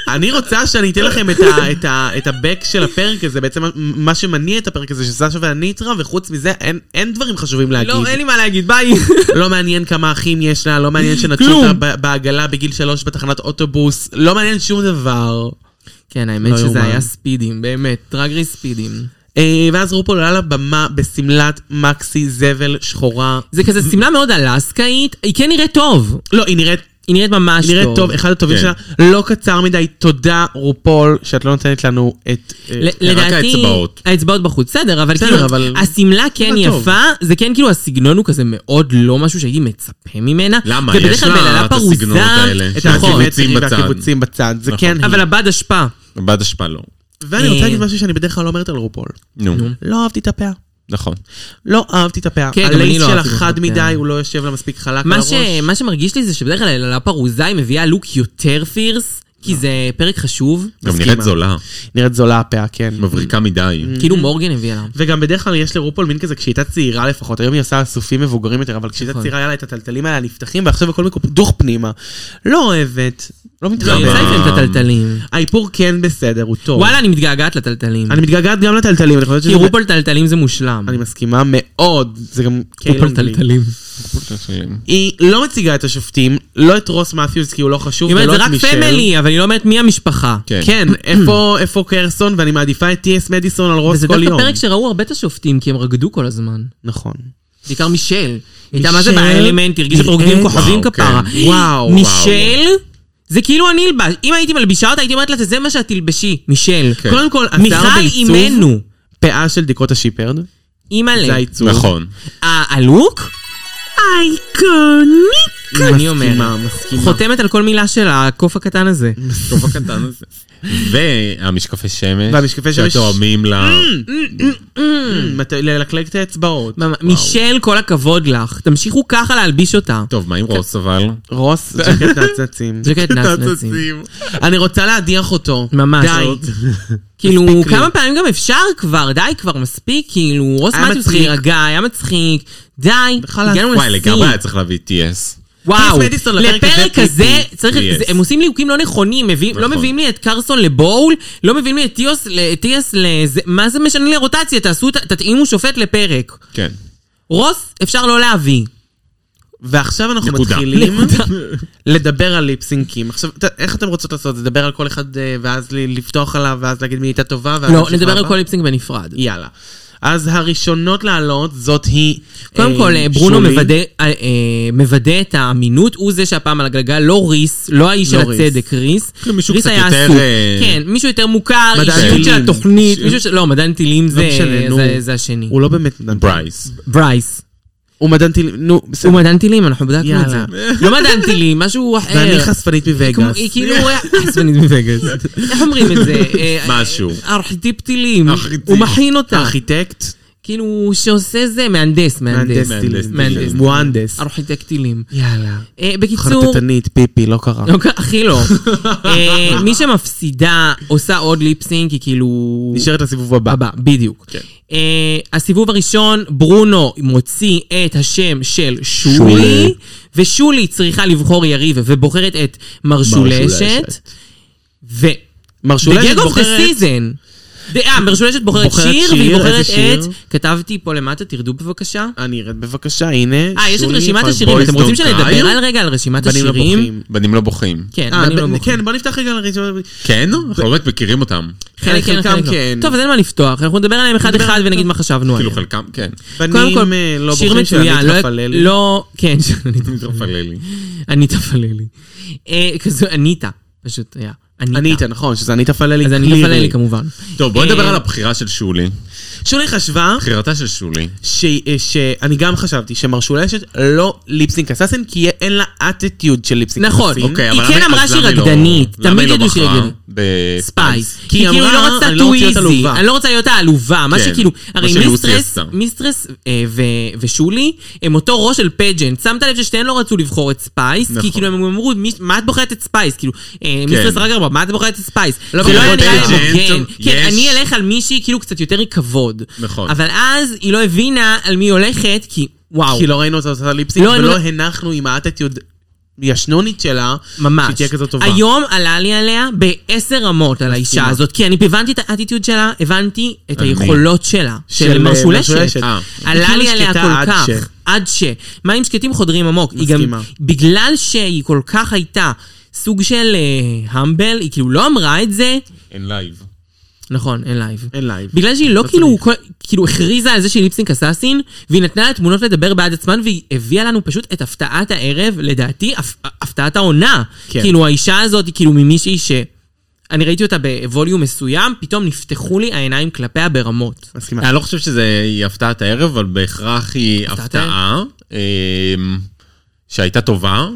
אני רוצה שאני אתן לכם את, ה, את, ה, את הבק של הפרק הזה, בעצם מה שמניע את הפרק הזה, שסשה ואני איתרה, וחוץ מזה אין, אין דברים חשובים להגיד. לא, אין לי מה להגיד, ביי. לא מעניין כמה אחים יש לה, לא מעניין שנטשו כלום. אותה ב- בעגלה בגיל שלוש בתחנת אוטובוס, לא מעניין שום דבר. כן, האמת לא שזה יאומן. היה ספידים, באמת, דרג רייס ספידים. אה, ואז רופול עלה לבמה בשמלת מקסי זבל שחורה. זה כזה שמלה מאוד אלסקאית, היא כן נראית טוב. לא, היא נראית... היא נראית ממש טוב. נראית טוב, אחד הטובים כן. שלה, לא קצר מדי, תודה רופול שאת לא נותנת לנו את... אה, ל- רק לדעתי, האצבעות. האצבעות בחוץ, בסדר, אבל בסדר, כאילו, אבל- השמלה כן אבל טוב. יפה, זה כן כאילו הסגנון הוא כזה מאוד לא משהו שהייתי מצפה ממנה. למה? זה בדרך יש כלל לה בלהלה את הסגנונות פרוזה, האלה. את של נכון, הקיבוצים הקיבוצים בצד. והקיבוצים בצד, זה נכון. כן היא. אבל הבד אשפה. בת אשפה לא. ואני רוצה אה. להגיד משהו שאני בדרך כלל לא אומרת על רופול. נו, לא אהבתי את הפאה. נכון. לא אהבתי את הפאה. כן, גם אני הלייס לא שלה אהבתי את חד הפאה. מדי, הוא לא יושב לה מספיק חלק על מה הראש. ש- מה שמרגיש לי זה שבדרך כלל בלהלה פרוזה היא מביאה לוק יותר פירס, לא. כי זה פרק חשוב. גם מסכימה. נראית זולה. נראית זולה הפאה, כן. Mm. מבריקה מדי. כאילו Mm-hmm. מורגן הביאה לה. וגם בדרך כלל יש לרופול מין כזה, כשהיא הייתה צעירה לפחות, היום היא עושה אסופים מבוגרים יותר, אבל כשהיא הייתה נכון. צעירה היה לה את הטלטלים האלה הנפתחים, ועכשיו הכל מקופדוך פנימה. לא אוהבת, לא יצא גם מתרגשת. ה- איתם את הטלטלים. האיפור כן בסדר, הוא טוב. וואלה, אני מתגעגעת לטלטלים. אני מתגעגעת גם לטלטלים, אני חושבת כי שזה... רופול טלטלים זה מושלם. אני לא, מסכימה מאוד, זה גם קייל רופול אנגלי. טלטלים. היא לא מציגה את השופטים, לא את רוס מאפיוס כי הוא לא חשוב, היא אומרת, ולא זה את רק מישל. פמילי, אבל היא לא אומרת מי המשפחה. כן. כן, איפה, איפה קרסון, ואני מעדיפה את טי.אס מדיסון על רוס וזה כל דווקא יום. פרק שראו הרבה את השופטים, כי הם רקדו כל הזמן. נכון. בעיקר מישל. היא הייתה מה זה מישל? באלמנט, הרגישה נראית- רוקדים כוכבים וואו, כפרה. כן. וואו, מישל? זה כאילו אני אלבש. אם הייתי מלבישה אותה, הייתי אומרת לה, זה מה שאת תלבשי, מישל. כן. קודם כל, השיער מיכל בעיצוב, אימנו. פאה של דיקוטה שיפרד, זה אימא'לה. העיצוב. נכון. ה- הלוק? אייקוניקה. אני מסכימה, אומר. מסכימה. חותמת על כל מילה של הקוף הקטן הזה. קוף הקטן הזה. והמשקפי שמש. והמשקפי שמש. שתואמים ל... מת- ללקלק את האצבעות. ממ- מישל, כל הכבוד לך. תמשיכו ככה להלביש אותה. טוב, מה עם רוס אבל? רוס, ג'קט נעצצים. ג'קט נצנצים. אני רוצה להדיח אותו. ממש. די. כאילו, מספיק לי. כמה פעמים גם אפשר כבר, די כבר, מספיק, כאילו, רוס היה מתיוס מצחיק. להירגע, היה מצחיק, די, וחלאס. הגענו וואי, לשיא. לגמרי היה צריך להביא TS. וואו, קריס מדיסון לפרק הזה לפרק הזה, פיפי. צריך, Yes. זה- הם עושים ליהוקים לא נכונים, מביאים- לא נכון. מביאים לי את קרסון לבואול, לא מביאים לי את טיוס, ל- טיאס לזה, מה זה משנה לי הרוטציה, תעשו, את ה- תתאימו שופט לפרק. כן. רוס, אפשר לא להביא. אה, ועכשיו אנחנו נקודה. מתחילים לדבר על ליפסינקים. עכשיו, ת- איך אתם רוצות לעשות זה? לדבר על כל אחד אה, ואז ל- לפתוח עליו, ואז להגיד מי הייתה טובה, ואז לא, נמשיך נדבר על הלאה? אה, כל ליפסינג בנפרד. יאללה. אז הראשונות לעלות זאת היא... קודם אה, כל, אה, ברונו שולי. מוודא, אה, אה, מוודא את האמינות, הוא זה שהפעם על הגלגל, לא ריס, לא האיש לא של ריס. הצדק, ריס. כאילו מישהו ריס קצת היה יותר, עסוק. אה, כן, מישהו יותר מוכר, מדען אישיות של טילים. התוכנית, ש- מישהו ש... לא, מדען טילים זה- משנה, נו. זה- זה השני. הוא לא באמת... מדען טילים. ברייס. ברייס. הוא מדען טילים, נו, בסדר. הוא מדען טילים, אנחנו בדקנו את זה. יאללה. אה, לא מדען טילים, משהו אחר. ואני חשפנית כמו- מווגאס. היא כאילו חשפנית מווגאס. איך אומרים את זה? אה, משהו. אה, ארכיטיפ טילים. ארכיטיפ. הוא מכין אותך. ארכיטקט, כאילו, שעושה זה, מהנדס, מהנדס. מהנדס מהנדס טילים. מהנדס. מוהנדס. ארכיטקט טילים. יאללה. אה, בקיצור, חרטטנית, פיפי, לא קרה. לא, אחי לא. אה, מי שמפסידה עושה עוד ליפסינק, היא כאילו... נשארת לסיבוב הבא. הבא, בדיוק. אה, הסיבוב הראשון, ברונו מוציא את השם של שולי, שולי. ושולי צריכה לבחור יריב ובוחרת את מרשולשת. מרשולשת. ו... מרשולשת The Gag of the בוחרת- Season. ד- אה, מרשולשת בוחרת בוחרת שיר, שיר, והיא איזה בוחרת שיר? את... כתבתי פה למטה, תרדו בבקשה. אני ארד בבקשה, הנה. אה, יש את שולי, רשימת for השירים, Boys אתם רוצים Don't שנדבר Cry? על רגע על רשימת בנים לא השירים? בוחרים. בנים לא בוכים. כן, אה, בנים לא ב- בוחרים. כן, בוא נפתח רגע על הרשימת... כן? אנחנו לא באמת מכירים אותם. חלק כן, חלק לא. טוב, אז אין מה לפתוח, אנחנו נדבר עליהם אחד-אחד ונגיד מה חשבנו עליהם. כאילו חלקם, כן. קודם כל, בנים אה, לא שיר בוחרים של מצוין, עמית לא- חפלל. לא... כן, של ענית- מתרפללי. ענית פללי. אה, כזו עניתה, פשוט היה. ענית, נכון, שזה ענית פללי. אז ענית clearly. פללי כמובן. טוב, בוא אה, נדבר על הבחירה של שולי. שולי חשבה בחירתה של שולי. ש- אה, שאני גם חשבתי שמרשולשת לא ליפסינק אסאסין, כי אין לה אטיטיוד של ליפסינק נכון, אסאסין. אוקיי. היא אבל כן למה- אמרה אז שהיא למה היא לא- רקדנית. למה תמיד היא לא ידעו שהיא בחרה רקדנית. בספייס. ספייס. כי היא היא כאילו אמרה, לא רצתה "אני לא טו רוצה להיות איזי. עלובה." אני לא רוצה להיות העלובה. מה כן, שכאילו, מה הרי שלוסי מיסטרס, עשתה. מיסטרס אה, ו- ושולי, הם אותו ראש של פג'נט. שמת לב ששתיהן לא רצו לבחור את ספייס, כי נכון. כאילו הם אמרו, "מי- מה את בוחרת את ספייס? כאילו, אה, מיסטרס רק אמרה, מה את בוחרת את ספייס? זה לא בוחרת היה נראה פג'נט, להם הוגן. יש- כן, אני אלך על מישהי כאילו קצת יותר כבוד. נכון. אבל אז היא לא הבינה על מי היא הולכת, כי וואו. כי לא ראינו אותה עושה ליפסינק, לא, אני ולא לא- הנחנו עם האטיטיוד הישנונית שלה, ממש. שהיא תהיה כזאת טובה. היום עלה לי עליה בעשר רמות על האישה מסכימה. הזאת, כי אני הבנתי את האטיטיוד שלה, הבנתי את על מי? היכולות שלה, של של, אה, מרשולשת. מרשולשת. אה. עלה כאילו לי עליה שקטה כל עד כך. ש. עד ש. מים שקטים חודרים עמוק. היא גם, מסכימה. בגלל שהיא כל כך הייתה סוג של אה, המבל, היא כאילו לא אמרה את זה. אין לייב. נכון, אין לייב. אין לייב. בגלל שהיא לא כאילו, כל- כאילו הכריזה על זה שהיא ליפסינק אסאסין, והיא נתנה לה תמונות לדבר בעד עצמן, והיא הביאה לנו פשוט את הפתעת הערב, לדעתי, הפ- הפתעת העונה. כן. כאילו, האישה הזאת היא כאילו ממישהי ש... אני ראיתי אותה בווליום מסוים, פתאום נפתחו לי העיניים כלפיה ברמות. מסכימה. אני לא חושב שזה היא הפתעת הערב, אבל בהכרח היא הפתעת הפתעה אמ, שהייתה טובה,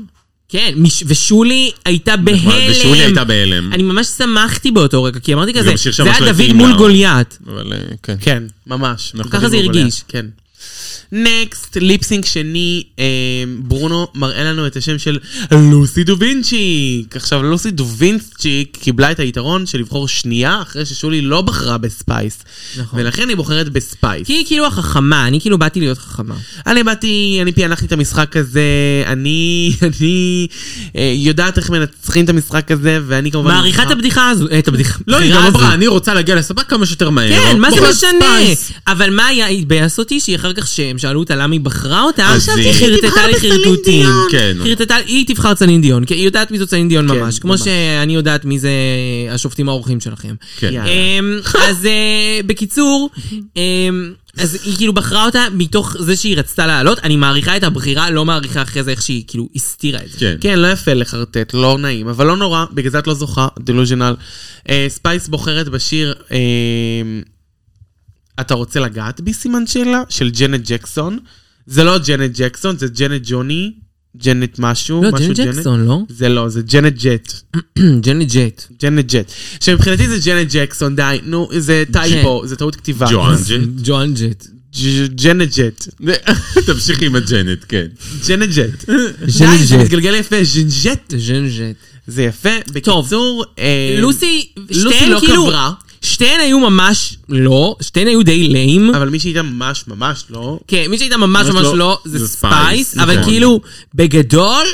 כן, מש... ושולי הייתה בהלם. נכון, ושולי הייתה בהלם. אני ממש שמחתי באותו רגע, כי אמרתי כזה, גם שיר זה שממש לא היה דוד התאים מול לה." גוליית. אבל אה, כן. כן, ממש. ככה זה הרגיש. כן. נקסט, ליפסינג שני, אה, ברונו מראה לנו את השם של לוסי דובינצ'יק. עכשיו, לוסי דובינצ'יק קיבלה את היתרון של לבחור שנייה אחרי ששולי לא בחרה בספייס. נכון. ולכן היא בוחרת בספייס. כי היא כאילו החכמה, אני כאילו באתי להיות חכמה. אני באתי, אני פענחתי את המשחק הזה, אני, אני אה, יודעת איך מנצחים את המשחק הזה, ואני כמובן... מעריכה את הבדיחה הזו, אה, את הבדיחה. לא, היא הבחירה גם הזו. אמרה, אני רוצה להגיע לסבק כמה שיותר מהר. אוקיי. כן, מה זה בוחרת משנה? לא, ספייס. אבל מה היה, התבאס אותי שהיא אחר כך שהם שאלו אותה למה היא בחרה אותה, אז היא- חרטטה תבחר לי בסלין חרטוטים. דיון. כן. חרטטה, היא תבחר צלין דיון, כי היא יודעת מי זו צלין דיון כן, ממש, כמו ממש. שאני יודעת מי זה השופטים האורחים שלכם. כן. יאללה. אמ, אז אה, בקיצור, אמ, אז היא כאילו בחרה אותה מתוך זה שהיא רצתה לעלות, אני מעריכה את הבחירה, לא מעריכה אחרי זה איך שהיא כאילו הסתירה את זה. כן. כן, לא יפה לחרטט, לא נעים, אבל לא נורא, בגלל זה את לא זוכה, דלוז'ינל. אה, ספייס בוחרת בשיר אה, "אתה רוצה לגעת בי?" סימן שאלה, של ג'נט ג'קסון. זה לא ג'נט ג'קסון, זה ג'נט ג'וני, ג'נט משהו, לא, משהו ג'נט ג'קסון, לא? זה לא, זה ג'נט ג'ט. ג'נט ג'ט. ג'נט ג'ט. שמבחינתי זה ג'נט ג'קסון, די, נו, זה כן. טייפו, זה טעות כתיבה. ג'ואן ג'ט. ג'ואן ג'ט. ג'- ג'נט ג'ט. תמשיכי עם הג'נט, כן. ג'נט ג'ט. ג'נט די, זה ג'ט. מתגלגל יפה, ג'נט. ג'נט ג'ט. זה יפה. טוב. בקיצור, אה, לוסי, לוסי שתיהן לא כאילו... קברה. שתיהן היו ממש לא, שתיהן היו די ליים. אבל מי שהייתה ממש ממש לא... כן, מי שהייתה ממש ממש ממש לא, לא, זה זה ספייס, ספייס, אבל נכון. כאילו, בגדול,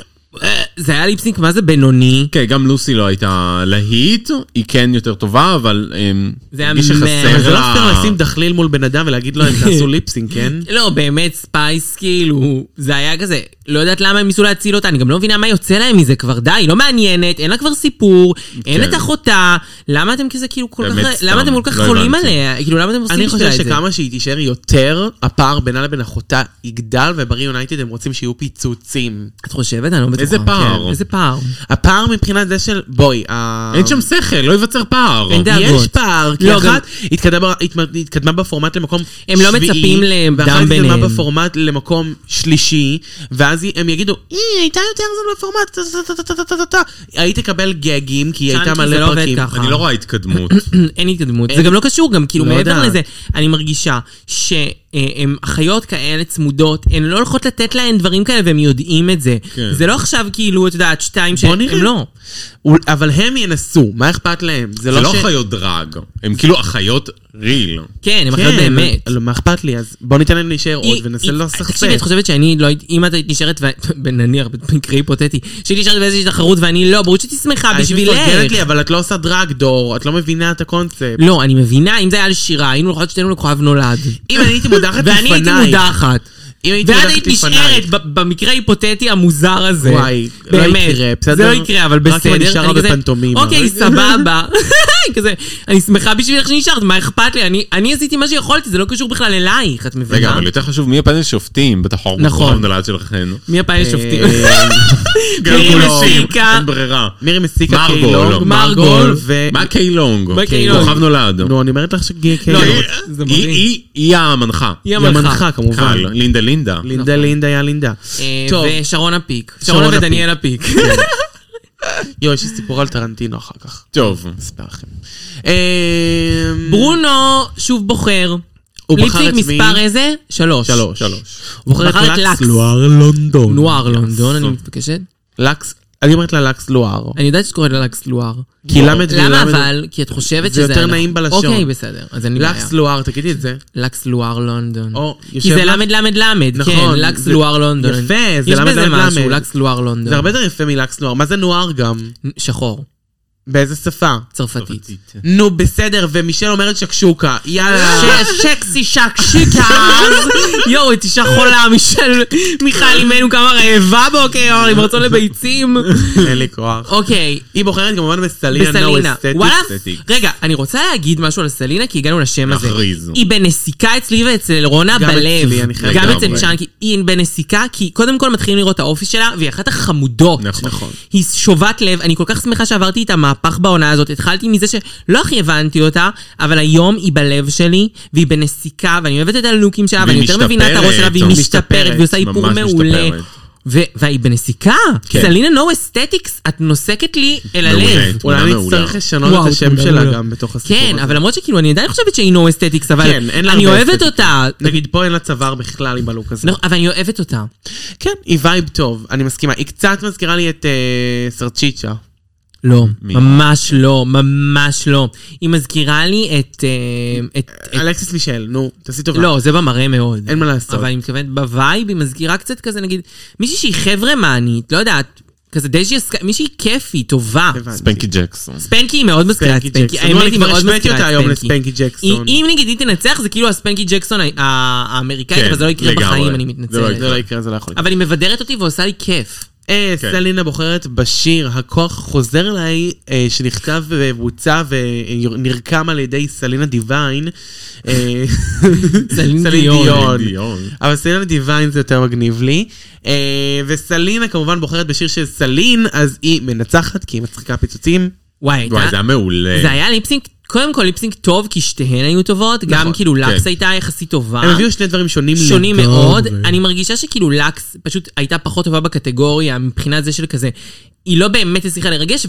אה, זה היה ליפסינק, מה זה בינוני? כן, גם לוסי לא הייתה להיט, היא כן יותר טובה, אבל... אמ, זה היה מי שחסר מה- אבל זה לא לה- סתם לשים דחליל מול בן אדם ולהגיד לו, הם תעשו ליפסינג, כן? לא, באמת, ספייס, כאילו, זה היה כזה, לא יודעת למה הם ניסו להציל אותה, אני גם לא מבינה מה יוצא להם מזה כבר, די, היא לא מעניינת, אין לה כבר סיפור, אין כן. את אחותה, למה אתם כזה כאילו כל באמת כך, סתם, למה אתם כל כך לא חולים הבנתי. עליה? כאילו, למה אתם עושים אני בשבילה חושב את זה? שכמה שהיא תישאר יותר, הפער בינה לבין אחותה יגדל, וברי יונייטד הם רוצים שיהיו פיצוצים. את חושבת? אני לא בטוחה. איזה פער? כן, איזה פער? הפער מבחינת זה של, בואי, ה- אין שם שכל, לא ייווצר פער. אין דאגה. יש דאגות. פער, כי לא, אחת התקדמה- התמ- התקדמה בפורמט למקום הם שביעי, לא מצפים לדם ואחת התקדמה ביניהם. בפורמט למקום שלישי, ואז היא- הם יגידו, היא הייתה יותר זמן בפורמט, טה-טה-טה-טה-טה-טה-טה." היא תקבל גגים, כי היא הייתה צ'אנקי, זה לא מלא עובד פרקים. ככה. אני לא רואה התקדמות. אין התקדמות. זה גם לא קשור, גם כאילו לא מעבר יודעת. לזה, אני מרגישה שהן אחיות כאלה צמודות, הן לא הולכות לתת להן דברים כאלה, והם יודעים את זה. כן. זה לא עכשיו כאילו, את יודעת, שתיים ש... בוא נראה. הם לא. אול- אבל הם ינסו, מה אכפת להם? זה זה לא ש- אחיות דרג, הם כאילו אחיות ריל. כן, הם כן, אחיות באמת. לא, מה אכפת לי? אז בוא ניתן להם להישאר עוד היא- וננסה לא אה, היא- לסכסך. תקשיבי, את חושבת שאני לא הייתי, אם את היית נשארת, ו- נניח, במקרה היפותטי, שהיא נשארת באיזושהי תחרות ואני לא, ברור שהייתי שמחה את מפרגנת בשבילך. אה, לי, אבל את לא עושה דרג דור, את לא מבינה את הקונספט. לא, אני מבינה, אם זה היה על שירה, היינו הולכות שתינו לכוכב נולד. אם אני הייתי מודחת לפנייך... ואני הייתי מודחת. אם הייתי ואת מודחת היית לפנייך- נשארת ב- במקרה ההיפותטי המוזר הזה. וואי, לא באמת. יקרה, בסדר? זה לא יקרה, אבל רק אם בסדר. אני שרה אני כזה, בפנטומימה. אוקיי, סבבה. כזה, אני שמחה בשבילך שנשארת, מה אכפת לי? אני- אני עשיתי מה שיכולתי, זה לא קשור בכלל אלייך, את מבינה? רגע, אבל יותר חשוב מי הפאנל שופטים בתחרות. נכון. נולד שלכן. מי הפעיל שופטים? אה, גם מירי כולם, מסיקה. אין ברירה. מירי מסיקה מרגול, קיילונג, לא. מרגול, ו... מה קיילונג? מה קיילונג? כוכב נולד. נו, אני אומרת לך כאילו, שקיילונג. לא, היא- זה היא- מרים. היא- היא המנחה. כן. נכון. היא היא המנחה. המנחה כמובן. קל, לינדה לינדה. לינדה לינדה היה לינדה. אה, טוב, ושרונה פיק. שרונה שרונה ודניאלה פיק. יואו, יש לי סיפור על טרנטינו אחר כך. טוב. אספר לכם. אמ, ברונו שוב בוחר. הוא בחר ליפסינג את מי? מספר איזה? שלוש. שלוש. שלוש. הוא בוחר את בחר את לקס. לקס. לואר לונדון. נוער לונדון, אני מתבקשת. לקס אני אומרת לה לקס לואר. אני יודעת שאת קוראת לה לקס לואר. כי למד אה, למה ולמד- אבל? כי את חושבת זה שזה... יותר אנחנו. נעים בלשון. אוקיי, בסדר. אז אין לי בעיה. לקס לואר, תגידי את זה. לקס לואר לונדון. או, כי יושב זה לך- למד למד למד, כן, נכון, לקס זה- לואר לונדון. יפה, זה יש למד בזה למד משהו, למד. לקס לואר לונדון. זה הרבה יותר יפה מלקס נוער. מה זה נוער גם? שחור, באיזה שפה? צרפתית. נו, בסדר, ומישל אומרת שקשוקה. יאללה. שקסי שקשיקה אז, יואו, את אישה חולה מישל, מיכל אימנו כמה רעבה בוקר, עם רצון לביצים. אין לי כוח. אוקיי, היא בוחרת כמובן בסלינה. בסלינה. no aesthetic. וואלה, aesthetic. רגע, אני רוצה להגיד משהו על סלינה, כי הגענו לשם הזה. להכריז. היא בנסיקה אצלי ואצל רונה גם בלב. אצלי, אני חייב גם לגמרי. אצל צ'אנקי. היא בנסיקה, כי קודם כל מתחילים לראות את האופי שלה, והיא אחת החמודות. נכון. נכון. היא שובת לב, אני כל כך שמחה שעברתי את המהפך בעונה הזאת. התחלתי מזה שלא הכי הבנתי אותה, אבל היום היא בלב שלי, והיא בנסיקה, ואני אוהבת את הלוקים שלה, ואני והיא יותר מבינה את הראש שלה, משתפרת, והיא ממש משתפרת, והיא עושה איפור ממש מעולה. משתפרת. ו- והיא בנסיקה, כן. סלינה נו אסתטיקס, את נוסקת לי אל הלב. מעולה. אולי אני תמונה מעולה. אצטרך לשנות וואו, את השם תמונה שלה מעולה. גם בתוך הסיפור הזה. כן, אבל למרות שכאילו, אני עדיין חושבת שהיא נו אסתטיקס, אבל כן, אין לה אני הרבה אוהבת aesthetics. אותה. נגיד פה אין לה צוואר בכלל עם הלוק הזה. נכון, אבל אני אוהבת אותה. כן, היא וייב טוב, אני מסכימה. היא קצת מזכירה לי את אה, סרצ'יצ'ה. לא, מי? ממש לא, ממש לא. היא מזכירה לי את... אה, את- את- אלכסיס מישל, נו, תעשי טובה. לא, זה במראה מאוד. אין מה לעשות. אבל אני מתכוונת בווייב, היא מזכירה קצת כזה, נגיד, מישהי שהיא חבר'ה מענית, לא יודעת, כזה דז'י אסק... מישהי כיפית, טובה. הבנתי. ספנקי ג'קסון. ספנקי היא מאוד מזכירה את ספנקי ספנקי, ג'קסון. נו, האמת אני היא כבר מאוד השוויתי מזכירה את אותה ספנקי. היום לספנקי ג'קסון. היא- אם נגיד היא תנצח זה כאילו הספנקי ג'קסון ה- ה- האמריקאית, כן, אבל זה לא יקרה לגמרי. בחיים, אני זה לא יקרה. זה מתנצלת. לא יקרה, זה לא יכול לקרות. אבל היא מבדרת אותי ועושה לי כיף. אה, כן. סלינה בוחרת בשיר "הכוח חוזר אליי", אה, שנכתב ובוצע ונרקם על ידי סלינה דיוויין. אה, סלין סלין דיון. דיון. דיון. אה, אבל סלינה דיוויין זה יותר מגניב לי. אה, וסלינה כמובן בוחרת בשיר של סלין, אז היא מנצחת כי היא מצחיקה פיצוצים. וואי, הייתה- וואי, זה היה מעולה. זה היה ליפסינק, קודם כל ליפסינק טוב, כי שתיהן היו טובות, גם כאילו לקס כן. הייתה יחסית טובה. הם הביאו שני דברים שונים שונים לגמרי. מאוד. אני מרגישה שכאילו לקס פשוט הייתה פחות טובה בקטגוריה מבחינת זה של כזה. היא לא באמת הצליחה לרגש,